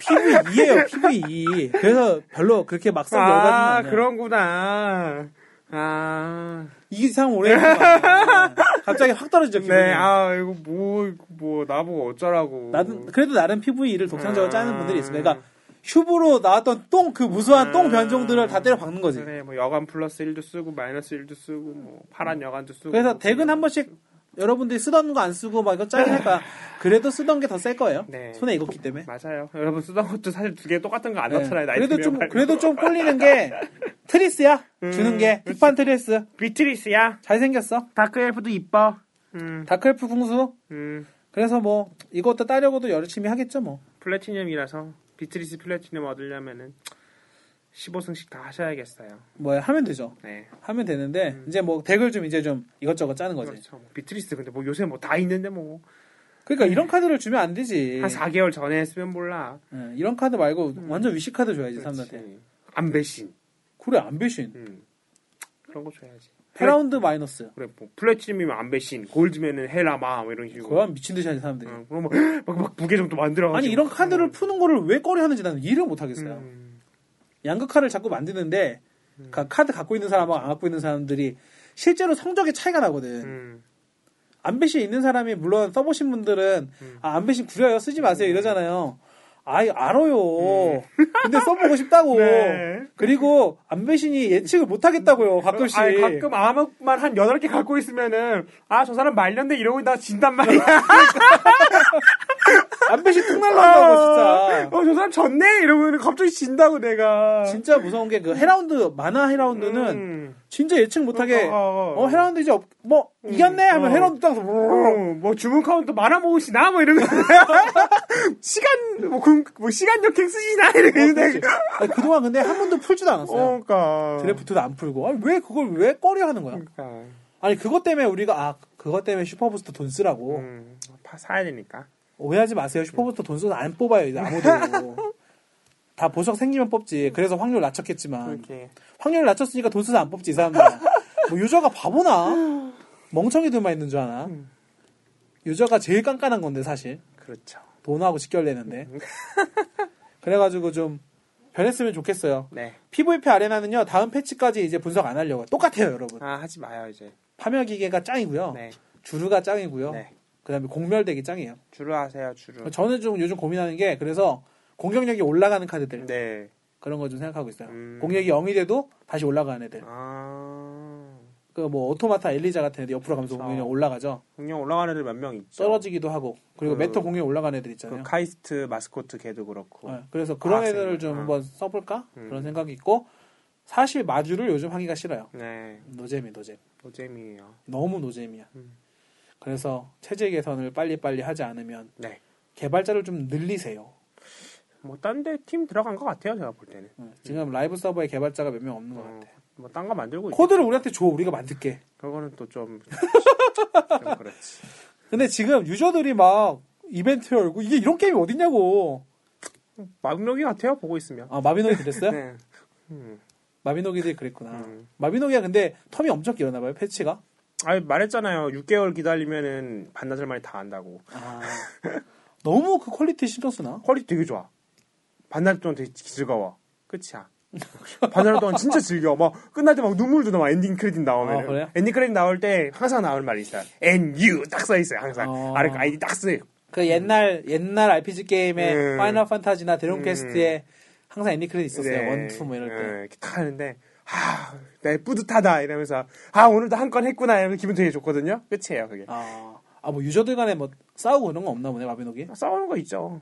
PVE예요 PVE. 그래서 별로 그렇게 막상
아,
열받는 거
그런구나. 아,
이게 참 오래 했던 거 아니야. 갑자기 확 떨어지죠 E. 기분이.
네, 아, 이거 뭐, 이거 뭐, 나보고 어쩌라고.
나는 그래도 나름 PVE를 독창적으로
음.
짜는 분들이 있습니다. 그러니까 큐브로 나왔던 똥 그 무수한 똥
음.
변종들을 다 때려 박는 거지.
그래, 뭐, 여간 플러스 1도 쓰고, 마이너스 1도 쓰고, 뭐, 파란 여간도 쓰고.
음. 그래서
뭐
덱은 한 번씩 여러분들이 쓰던 거 안 쓰고 막 이거 짜증 할까 그래도 쓰던 게 더 셀 거예요.
네.
손에 익었기 때문에.
맞아요. 여러분 쓰던 것도 사실 두 개 똑같은 거 안
네.
넣잖아요. 나이
그래도
들면
좀
말고.
그래도 좀 꼴리는 게 트리스야 주는 게
음.
흑판 트리스
비트리스야.
잘 생겼어
다크엘프도 이뻐. 음,
다크엘프 궁수
음.
그래서 뭐 이것도 따려고도 열심히 하겠죠 뭐
플래티넘이라서 비트리스 플래티넘 얻으려면은 15승씩 다 하셔야겠어요.
뭐 하면 되죠
네.
하면 되는데 이제 뭐 덱을 좀 이제 좀 이것저것 짜는 거지
그렇죠. 뭐 비트리스 근데 뭐 요새 뭐 다 있는데 뭐 한
그러니까 이런 카드를 주면 안 되지
4개월 전에 했으면 몰라.
예, 이런 카드 말고 완전 위시 카드 줘야지 사람들한테
음. 그렇지. 안배신.
그래 안배신
음. 그런 거 줘야지.
페라운드 마이너스
그래 뭐 플래티넘이면 안배신, 골드면은 헬라마 뭐 이런 식으로.
그건 미친 듯이 하지 사람들이
응, 그럼 막막 무게좀 또 만들어 가지고.
아니 이런 카드를 푸는 거를 왜 꺼려하는지 나는 이해를 못하겠어요.
음.
양극화를 자꾸 만드는데 그 카드 갖고 있는 사람하고 안 갖고 있는 사람들이 실제로 성적의 차이가 나거든.
음.
안배신 있는 사람이 물론 써보신 분들은
음.
아 안배신 구려요 쓰지 마세요 이러잖아요. 아이 알아요. 근데 써보고 싶다고.
음. 네. 음.
그리고 안배신이 예측을 못하겠다고요 가끔씩.
아니, 가끔 아무 말 한 여덟 개 갖고 있으면은 아 저 사람 말년데 이러고 나 진단 말이야.
안배신 툭 날라온다고 진짜.
아, 어저 사람 졌네 이러면 갑자기 진다고 내가.
진짜 무서운 게 그 헤라운드 만화 헤라운드는
아. 음.
진짜 예측 못하게
어, 어, 어.
어 헤라운드 이제 없- 뭐 이겼네 하면
어.
헤라운드 땅에서
어, 뭐 주문 카운터 많아 모으시나 뭐 이러면 시간 뭐 군, 뭐 시간 역행 쓰시나
어, 그렇지.
이러는데
아니, 그동안 근데 한 번도 풀지도 않았어요.
그러니까
드래프트도 안 풀고 아니, 왜 그걸 왜 꺼려하는 거야?
그러니까
아니 그것 때문에 우리가 아 그것 때문에 슈퍼부스터 돈 쓰라고
음, 파- 사야 되니까
오해하지 마세요. 슈퍼부스터 돈 써서 안 뽑아요 이제 아무도. 다 보석 생기면 뽑지. 그래서 확률 낮췄겠지만
그렇게
확률 낮췄으니까 돈 써서 안 뽑지 이 사람들. 뭐 유저가 바보나 멍청이들만 있는 줄 아나?
음.
유저가 제일 깐깐한 건데 사실
그렇죠
돈하고 직결되는데.
음.
그래가지고 좀 변했으면 좋겠어요.
네아
PVP 아레나는요 다음 패치까지 이제 분석 안 하려고 요 똑같아요 여러분.
하지 마요 이제
파멸 기계가 짱이고요.
네,
주루가 짱이고요.
네.
그다음에 공멸덱이 짱이에요.
주로 하세요 주로
저는 좀 요즘 고민하는 게 그래서 공격력이 올라가는 카드들
네
그런 거 좀 생각하고 있어요.
음.
공격이 0이 돼도 다시 올라가는 애들.
아,
그 뭐 오토마타 엘리자 같은 애들 옆으로 가면서
그렇죠.
공격력 올라가죠.
공룡 올라가는 애들 몇 명 있죠.
떨어지기도 하고 그리고
그-
메터 공격 올라가는 애들
그
있잖아요.
카이스트 마스코트 걔도 그렇고.
네, 그래서 그런
아,
애들을
생각-
좀
아.
한번 써볼까
음.
그런 생각이 있고 사실 마주를 요즘 하기가 싫어요.
네, 뭐
노잼이 노잼.
노잼이에요.
너무 노잼이야.
음.
그래서 체제 개선을 빨리빨리 하지 않으면
네,
개발자를 좀 늘리세요.
뭐 딴 데 팀 들어간 것 같아요 제가 볼 때는.
네, 지금 라이브 서버에 개발자가 몇 명 없는 것
음. 어,
같아.
뭐딴 거 만들고 있
코드를 우리한테 줘 우리가 만들게.
그거는 또좀 좀 그렇지.
근데 지금 유저들이 막 이벤트 열고 이게 이런 게임이 어딨냐고.
막명이 같아요 보고 있으면.
아 마비노기 그랬어요?
네. 음.
마비노기들이 그랬구나.
음.
마비노기가 근데 텀이 엄청 길었나 봐요 패치가.
아 말했잖아요. 6개월 기다리면은 반나절 만에 다 한다고.
아, 너무 그 퀄리티 신경 쓰나?
퀄리티 되게 좋아. 반나절 동안 되게 즐거워. 끝이야. 반나절 동안 진짜 즐겨. 막 끝날 때 막 눈물도 나. 막 엔딩 크레딧 나오면.
아, 그래요?
엔딩 크레딧 나올 때 항상 나오는 말이 있어요. NU 딱써 있어요. 항상
어.
아래 아이디 딱 써요.
그 옛날 옛날 RPG 게임에
음.
파이널 판타지나 드래곤
음.
퀘스트에 항상 엔딩 크레딧 있었어요.
네.
원투 뭐 이럴 때.
네, 이렇게 딱 하는데 아, 내 뿌듯하다 이러면서 아 오늘도 한 건 했구나 이러면서 기분 되게 좋거든요. 끝이에요 그게.
아, 아, 뭐 유저들 간에 뭐 싸우고 그런 거 없나 보네 마비노기.
싸우는 거 있죠.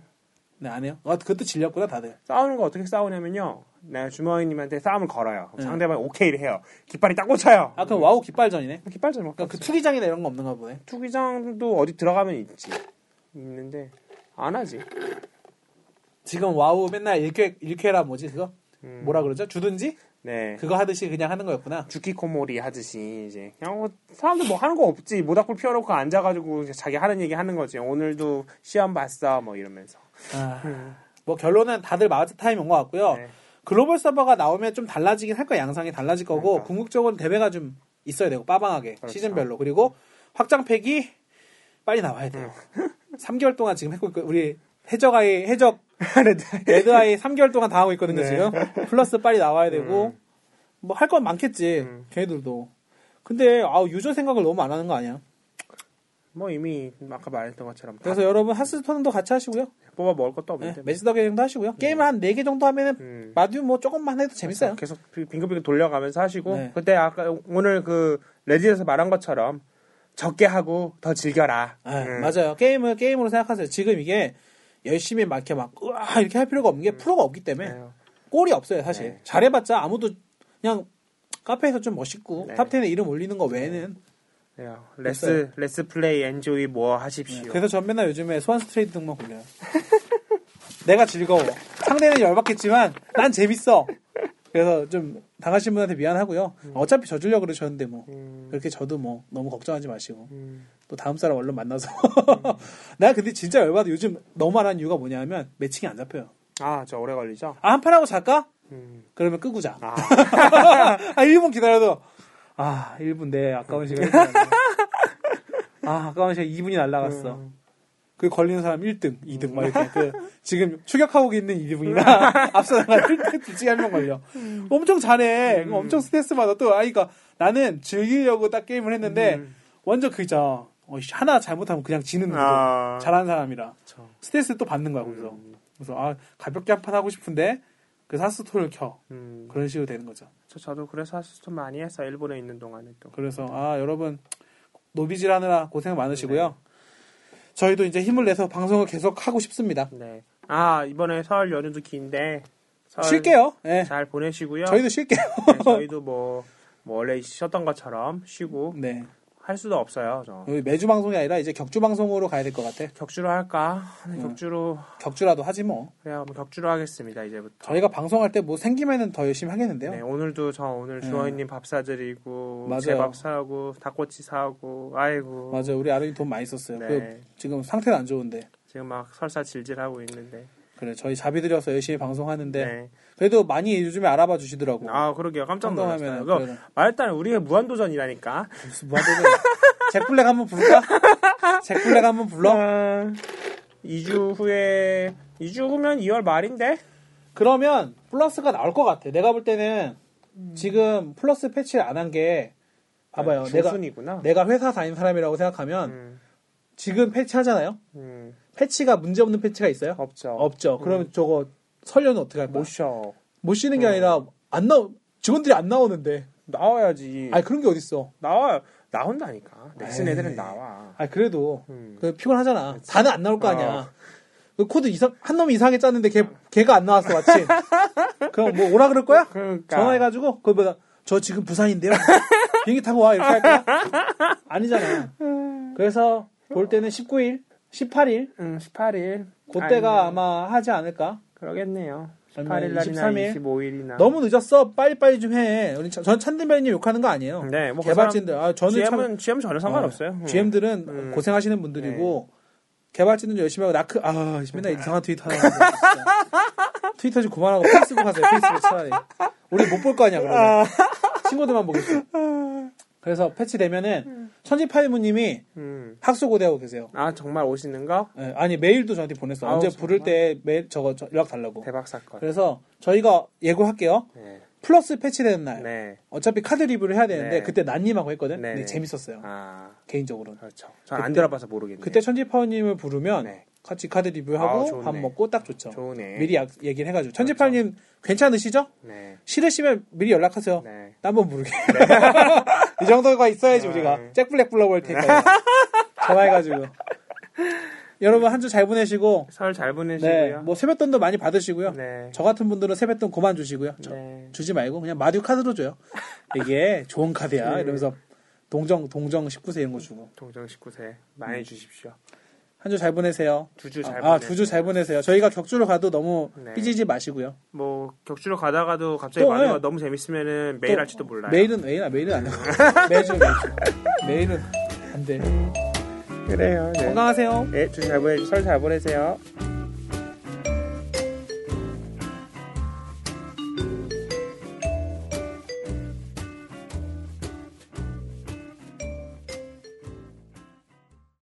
네 안 해요. 아 그것도 질렸구나 다들.
싸우는 거 어떻게 싸우냐면요. 내 주머니님한테 싸움을 걸어요. 그럼
네.
상대방이 오케이를 해요. 깃발이 딱 꽂혀요.
아 그럼 와우 깃발전이네.
깃발 좀
그러니까 그 투기장이나 이런 거 없는가 보네.
투기장도 어디 들어가면 있지. 있는데 안 하지.
지금 와우 맨날 일쾌 일쾌라 뭐지 그거
음.
뭐라 그러죠? 주든지
네.
그거 하듯이 그냥 하는 거였구나.
주키코모리 하듯이 이제 그냥 뭐 사람들 뭐 하는 거 없지. 모닥불 피워놓고 앉아가지고 이제 자기 하는 얘기 하는 거지. 오늘도 시험 봤어 뭐 이러면서.
아, 뭐 결론은 다들 마우스 타임 온 것 같고요.
음. 네.
글로벌 서버가 나오면 좀 달라지긴 할 거야. 양상이 달라질 거고
그러니까.
궁극적으로 대회가 좀 있어야 되고 빠방하게
그렇죠.
시즌별로 그리고 확장팩이 빨리 나와야 돼요.
음.
3개월 동안 지금 했고 있고 우리 해적아이 해적 레드아이 3개월 동안 당하고 있거든요
네.
지금 플러스 빨리 나와야 되고 뭐 할 건 많겠지
음.
걔네들도 근데 아 유저 생각을 너무 안 하는 거 아니야?
뭐 이미 아까 말했던 것처럼 다
그래서 여러분 하스스톤도 같이 하시고요.
뽑아 먹을 것도 없는데.
네, 매지더 게임도 하시고요. 게임 한 4개 정도 하면은
음.
마듀 뭐 조금만 해도 재밌어요.
계속 빙- 빙글빙글 돌려가면서 하시고
네.
그때 아까 오늘 그 레디에서 말한 것처럼 적게 하고 더 즐겨라.
아,
음.
맞아요. 게임을 게임으로 생각하세요. 지금 이게 열심히 막 이렇게 막 으아 이렇게 할 필요가 없는 게 프로가 없기 때문에
네.
골이 없어요 사실.
네.
잘해봤자 아무도 그냥 카페에서 좀 멋있고
네.
탑10에 이름 올리는 거 외에는
네. 레스 레스 플레이 엔조이 뭐 하십시오.
네, 그래서 전 맨날 요즘에 소환스 트레이드 등만 골려요. 내가 즐거워. 상대는 열받겠지만 난 재밌어. 그래서 좀 당하신 분한테 미안하고요. 어차피 져주려고 그러셨는데 뭐
음.
그렇게 저도 뭐 너무 걱정하지 마시고
음.
또 다음 사람 얼른 만나서 나 근데 진짜 열받아 요즘 너무 안 하는 이유가 뭐냐면 매칭이 안 잡혀요.
아, 저 오래 걸리죠?
아 한판 하고 잘까?
음.
그러면 끄고 자.
아,
아 1분 기다려도 아 1분 내 아까운 시간 아 아까운 시간 2분이 날라갔어.
음.
그 걸리는 사람 1등, 2등 막 이렇게 그 지금 추격하고 있는
음.
1분이나 앞서 나간 1등 둘 중에 한명 걸려. 엄청 잘해.
음.
그럼 엄청 스트레스 받아. 또 아이가 나는 즐기려고 딱 게임을 했는데 완전 그 있잖아. 어, 씨, 하나 잘못하면 그냥 지는 거.
음. 아.
잘하는 사람이라
그쵸. 음.
스트레스 또 받는 거야 거기서. 그래서 아 가볍게 한 판 하고 싶은데 그 사스토를 켜
음.
그런 식으로 되는 거죠.
저, 저도 그래서 하스톤 많이 했어. 일본에 있는 동안에 또.
그래서 아 여러분 노비질 하느라 고생 많으시고요. 저희도 이제 힘을 내서 방송을 계속 하고 싶습니다.
네. 아, 이번에 설 연휴도 긴데 설
쉴게요. 예.
잘 보내시고요.
저희도 쉴게요.
네, 저희도 뭐, 뭐 원래 쉬었던 것처럼 쉬고
네.
할 수도 없어요. 저.
우리 매주 방송이 아니라 이제 격주 방송으로 가야 될 것 같아.
격주로 할까?
음.
네, 격주로
격주라도 하지 뭐.
그래요. 그럼 격주로 하겠습니다. 이제부터.
저희가 방송할 때 뭐 생기면은 더 열심히 하겠는데요.
네, 오늘도 저 오늘
네.
주원님 밥 사드리고
맞아요.
제 밥 사고 닭꼬치 사고 아이고
맞아요. 우리 아름이 돈 많이 썼어요.
네.
그 지금 상태는 안 좋은데.
지금 막 설사 질질하고 있는데.
그래 저희 자비 들여서 열심히 방송하는데
네. 그래도
그래도 많이 요즘에 알아봐 주시더라고.
아 그러게요. 깜짝 놀랐어요.
한동하면
그 말단 우리의 무한 도전이라니까.
무슨 무한도전. 잭블랙 한번 부를까? 잭블랙 한번 불러.
2주 후에 2주 후면 2월 말인데.
그러면 플러스가 나올 것 같아. 내가 볼 때는 지금 플러스 패치를 안 한 게 봐봐요. 내가
네, 중순이구나.
내가 회사 다닌 사람이라고 생각하면
음,
지금 패치하잖아요.
음,
패치가 문제 없는 패치가 있어요?
없죠.
없죠. 그러면 저거 설려는 어떻게 할까?
음. 못 음.
못,
쉬어.
못 쉬는 게 아니라 안 나오 직원들이 안 나오는데.
나와야지.
아 그런 게 어딨어?
나와 나온다니까. 넥슨
에이.
애들은 나와.
아 그래도
음.
그 피곤하잖아. 다는 안 나올 거 아니야.
어.
그 코드 이상 한 놈이 이상하게 짰는데 걔 걔가 안 나왔어 마치. 그럼 뭐 오라 그럴 거야?
그러니까.
전화해가지고 그뭐저 지금 부산인데요. 비행기 타고 와 이렇게 할 거야? 아니잖아. 그래서 볼 때는 19일, 18일
음, 18일.
그때가
아니면-
아마 하지 않을까?
그러겠네요.
아니면
18일 날이나
23일?
25일이나.
너무 늦었어. 빨리빨리 좀 해. 우리 차- 전 찬든별님 욕하는 거 아니에요.
네, 뭐그
개발진들. 아, 저는 참-
GM은 GM 전혀 상관없어요. 음.
GM들은
음. 예.
고생하시는 분들이고 개발진들은 열심히 하고 나크 아 맨날 이상한 트위터 하고 진짜. 트위터 좀 그만하고 페이스북 하세요. 페이스북 차라리 우리 못 볼 거 아니야 그러면 친구들만 보겠어. 그래서 패치되면은 천지파이브님이
음.
학수고대하고 계세요.
아 정말 오시는 거
예, 아니 메일도 저한테 보냈어. 언제
아우,
부를 때 메일 저거 저- 연락 달라고.
대박 사건.
그래서 저희가 예고할게요.
네.
플러스 패치되는 날.
네.
어차피 카드 리뷰를 해야 되는데
네.
그때 난님하고 했거든.
네.
근데 재밌었어요.
아
개인적으로는.
그렇죠. 전 안
그때-
들어봐서 모르겠네요.
그때 천지파워님을 부르면
네.
같이 카드
아,
리뷰하고
좋네.
밥 먹고 딱 좋죠.
좋네. 그렇죠.
미리 약- 얘기를 해가지고 천지파워님 괜찮으시죠?
네.
싫으시면 미리 연락하세요.
네.
딴 번 부르게. 이 정도가 있어야지 우리가
네.
잭블랙 불러볼 테니까 전화해가지고 여러분 한 주 잘 보내시고
설 잘 보내시고요.
네, 뭐 세뱃돈도 많이 받으시고요.
네.
저 같은 분들은 세뱃돈 그만 주시고요. 저-
네.
주지 말고 그냥 마듀 카드로 줘요. 이게 좋은 카드야.
네.
이러면서 동정 동정 19세 이런 거 주고
동정 19세 많이
음.
주십시오.
한 주 잘 보내세요.
두 주 잘
아,
보내세요.
두 주 잘 보내세요. 저희가 격주로 가도 너무
네.
삐지지 마시고요.
뭐 격주로 가다가도 갑자기
또,
만화가
네. 어.
너무 재밌으면은 메일
또
할지도 몰라요.
메일은 메일아 메일은 안 돼. 매주 매주. 메일은 안 돼.
그래요. 네.
건강하세요.
네, 주잘 보내주 설잘 보내세요.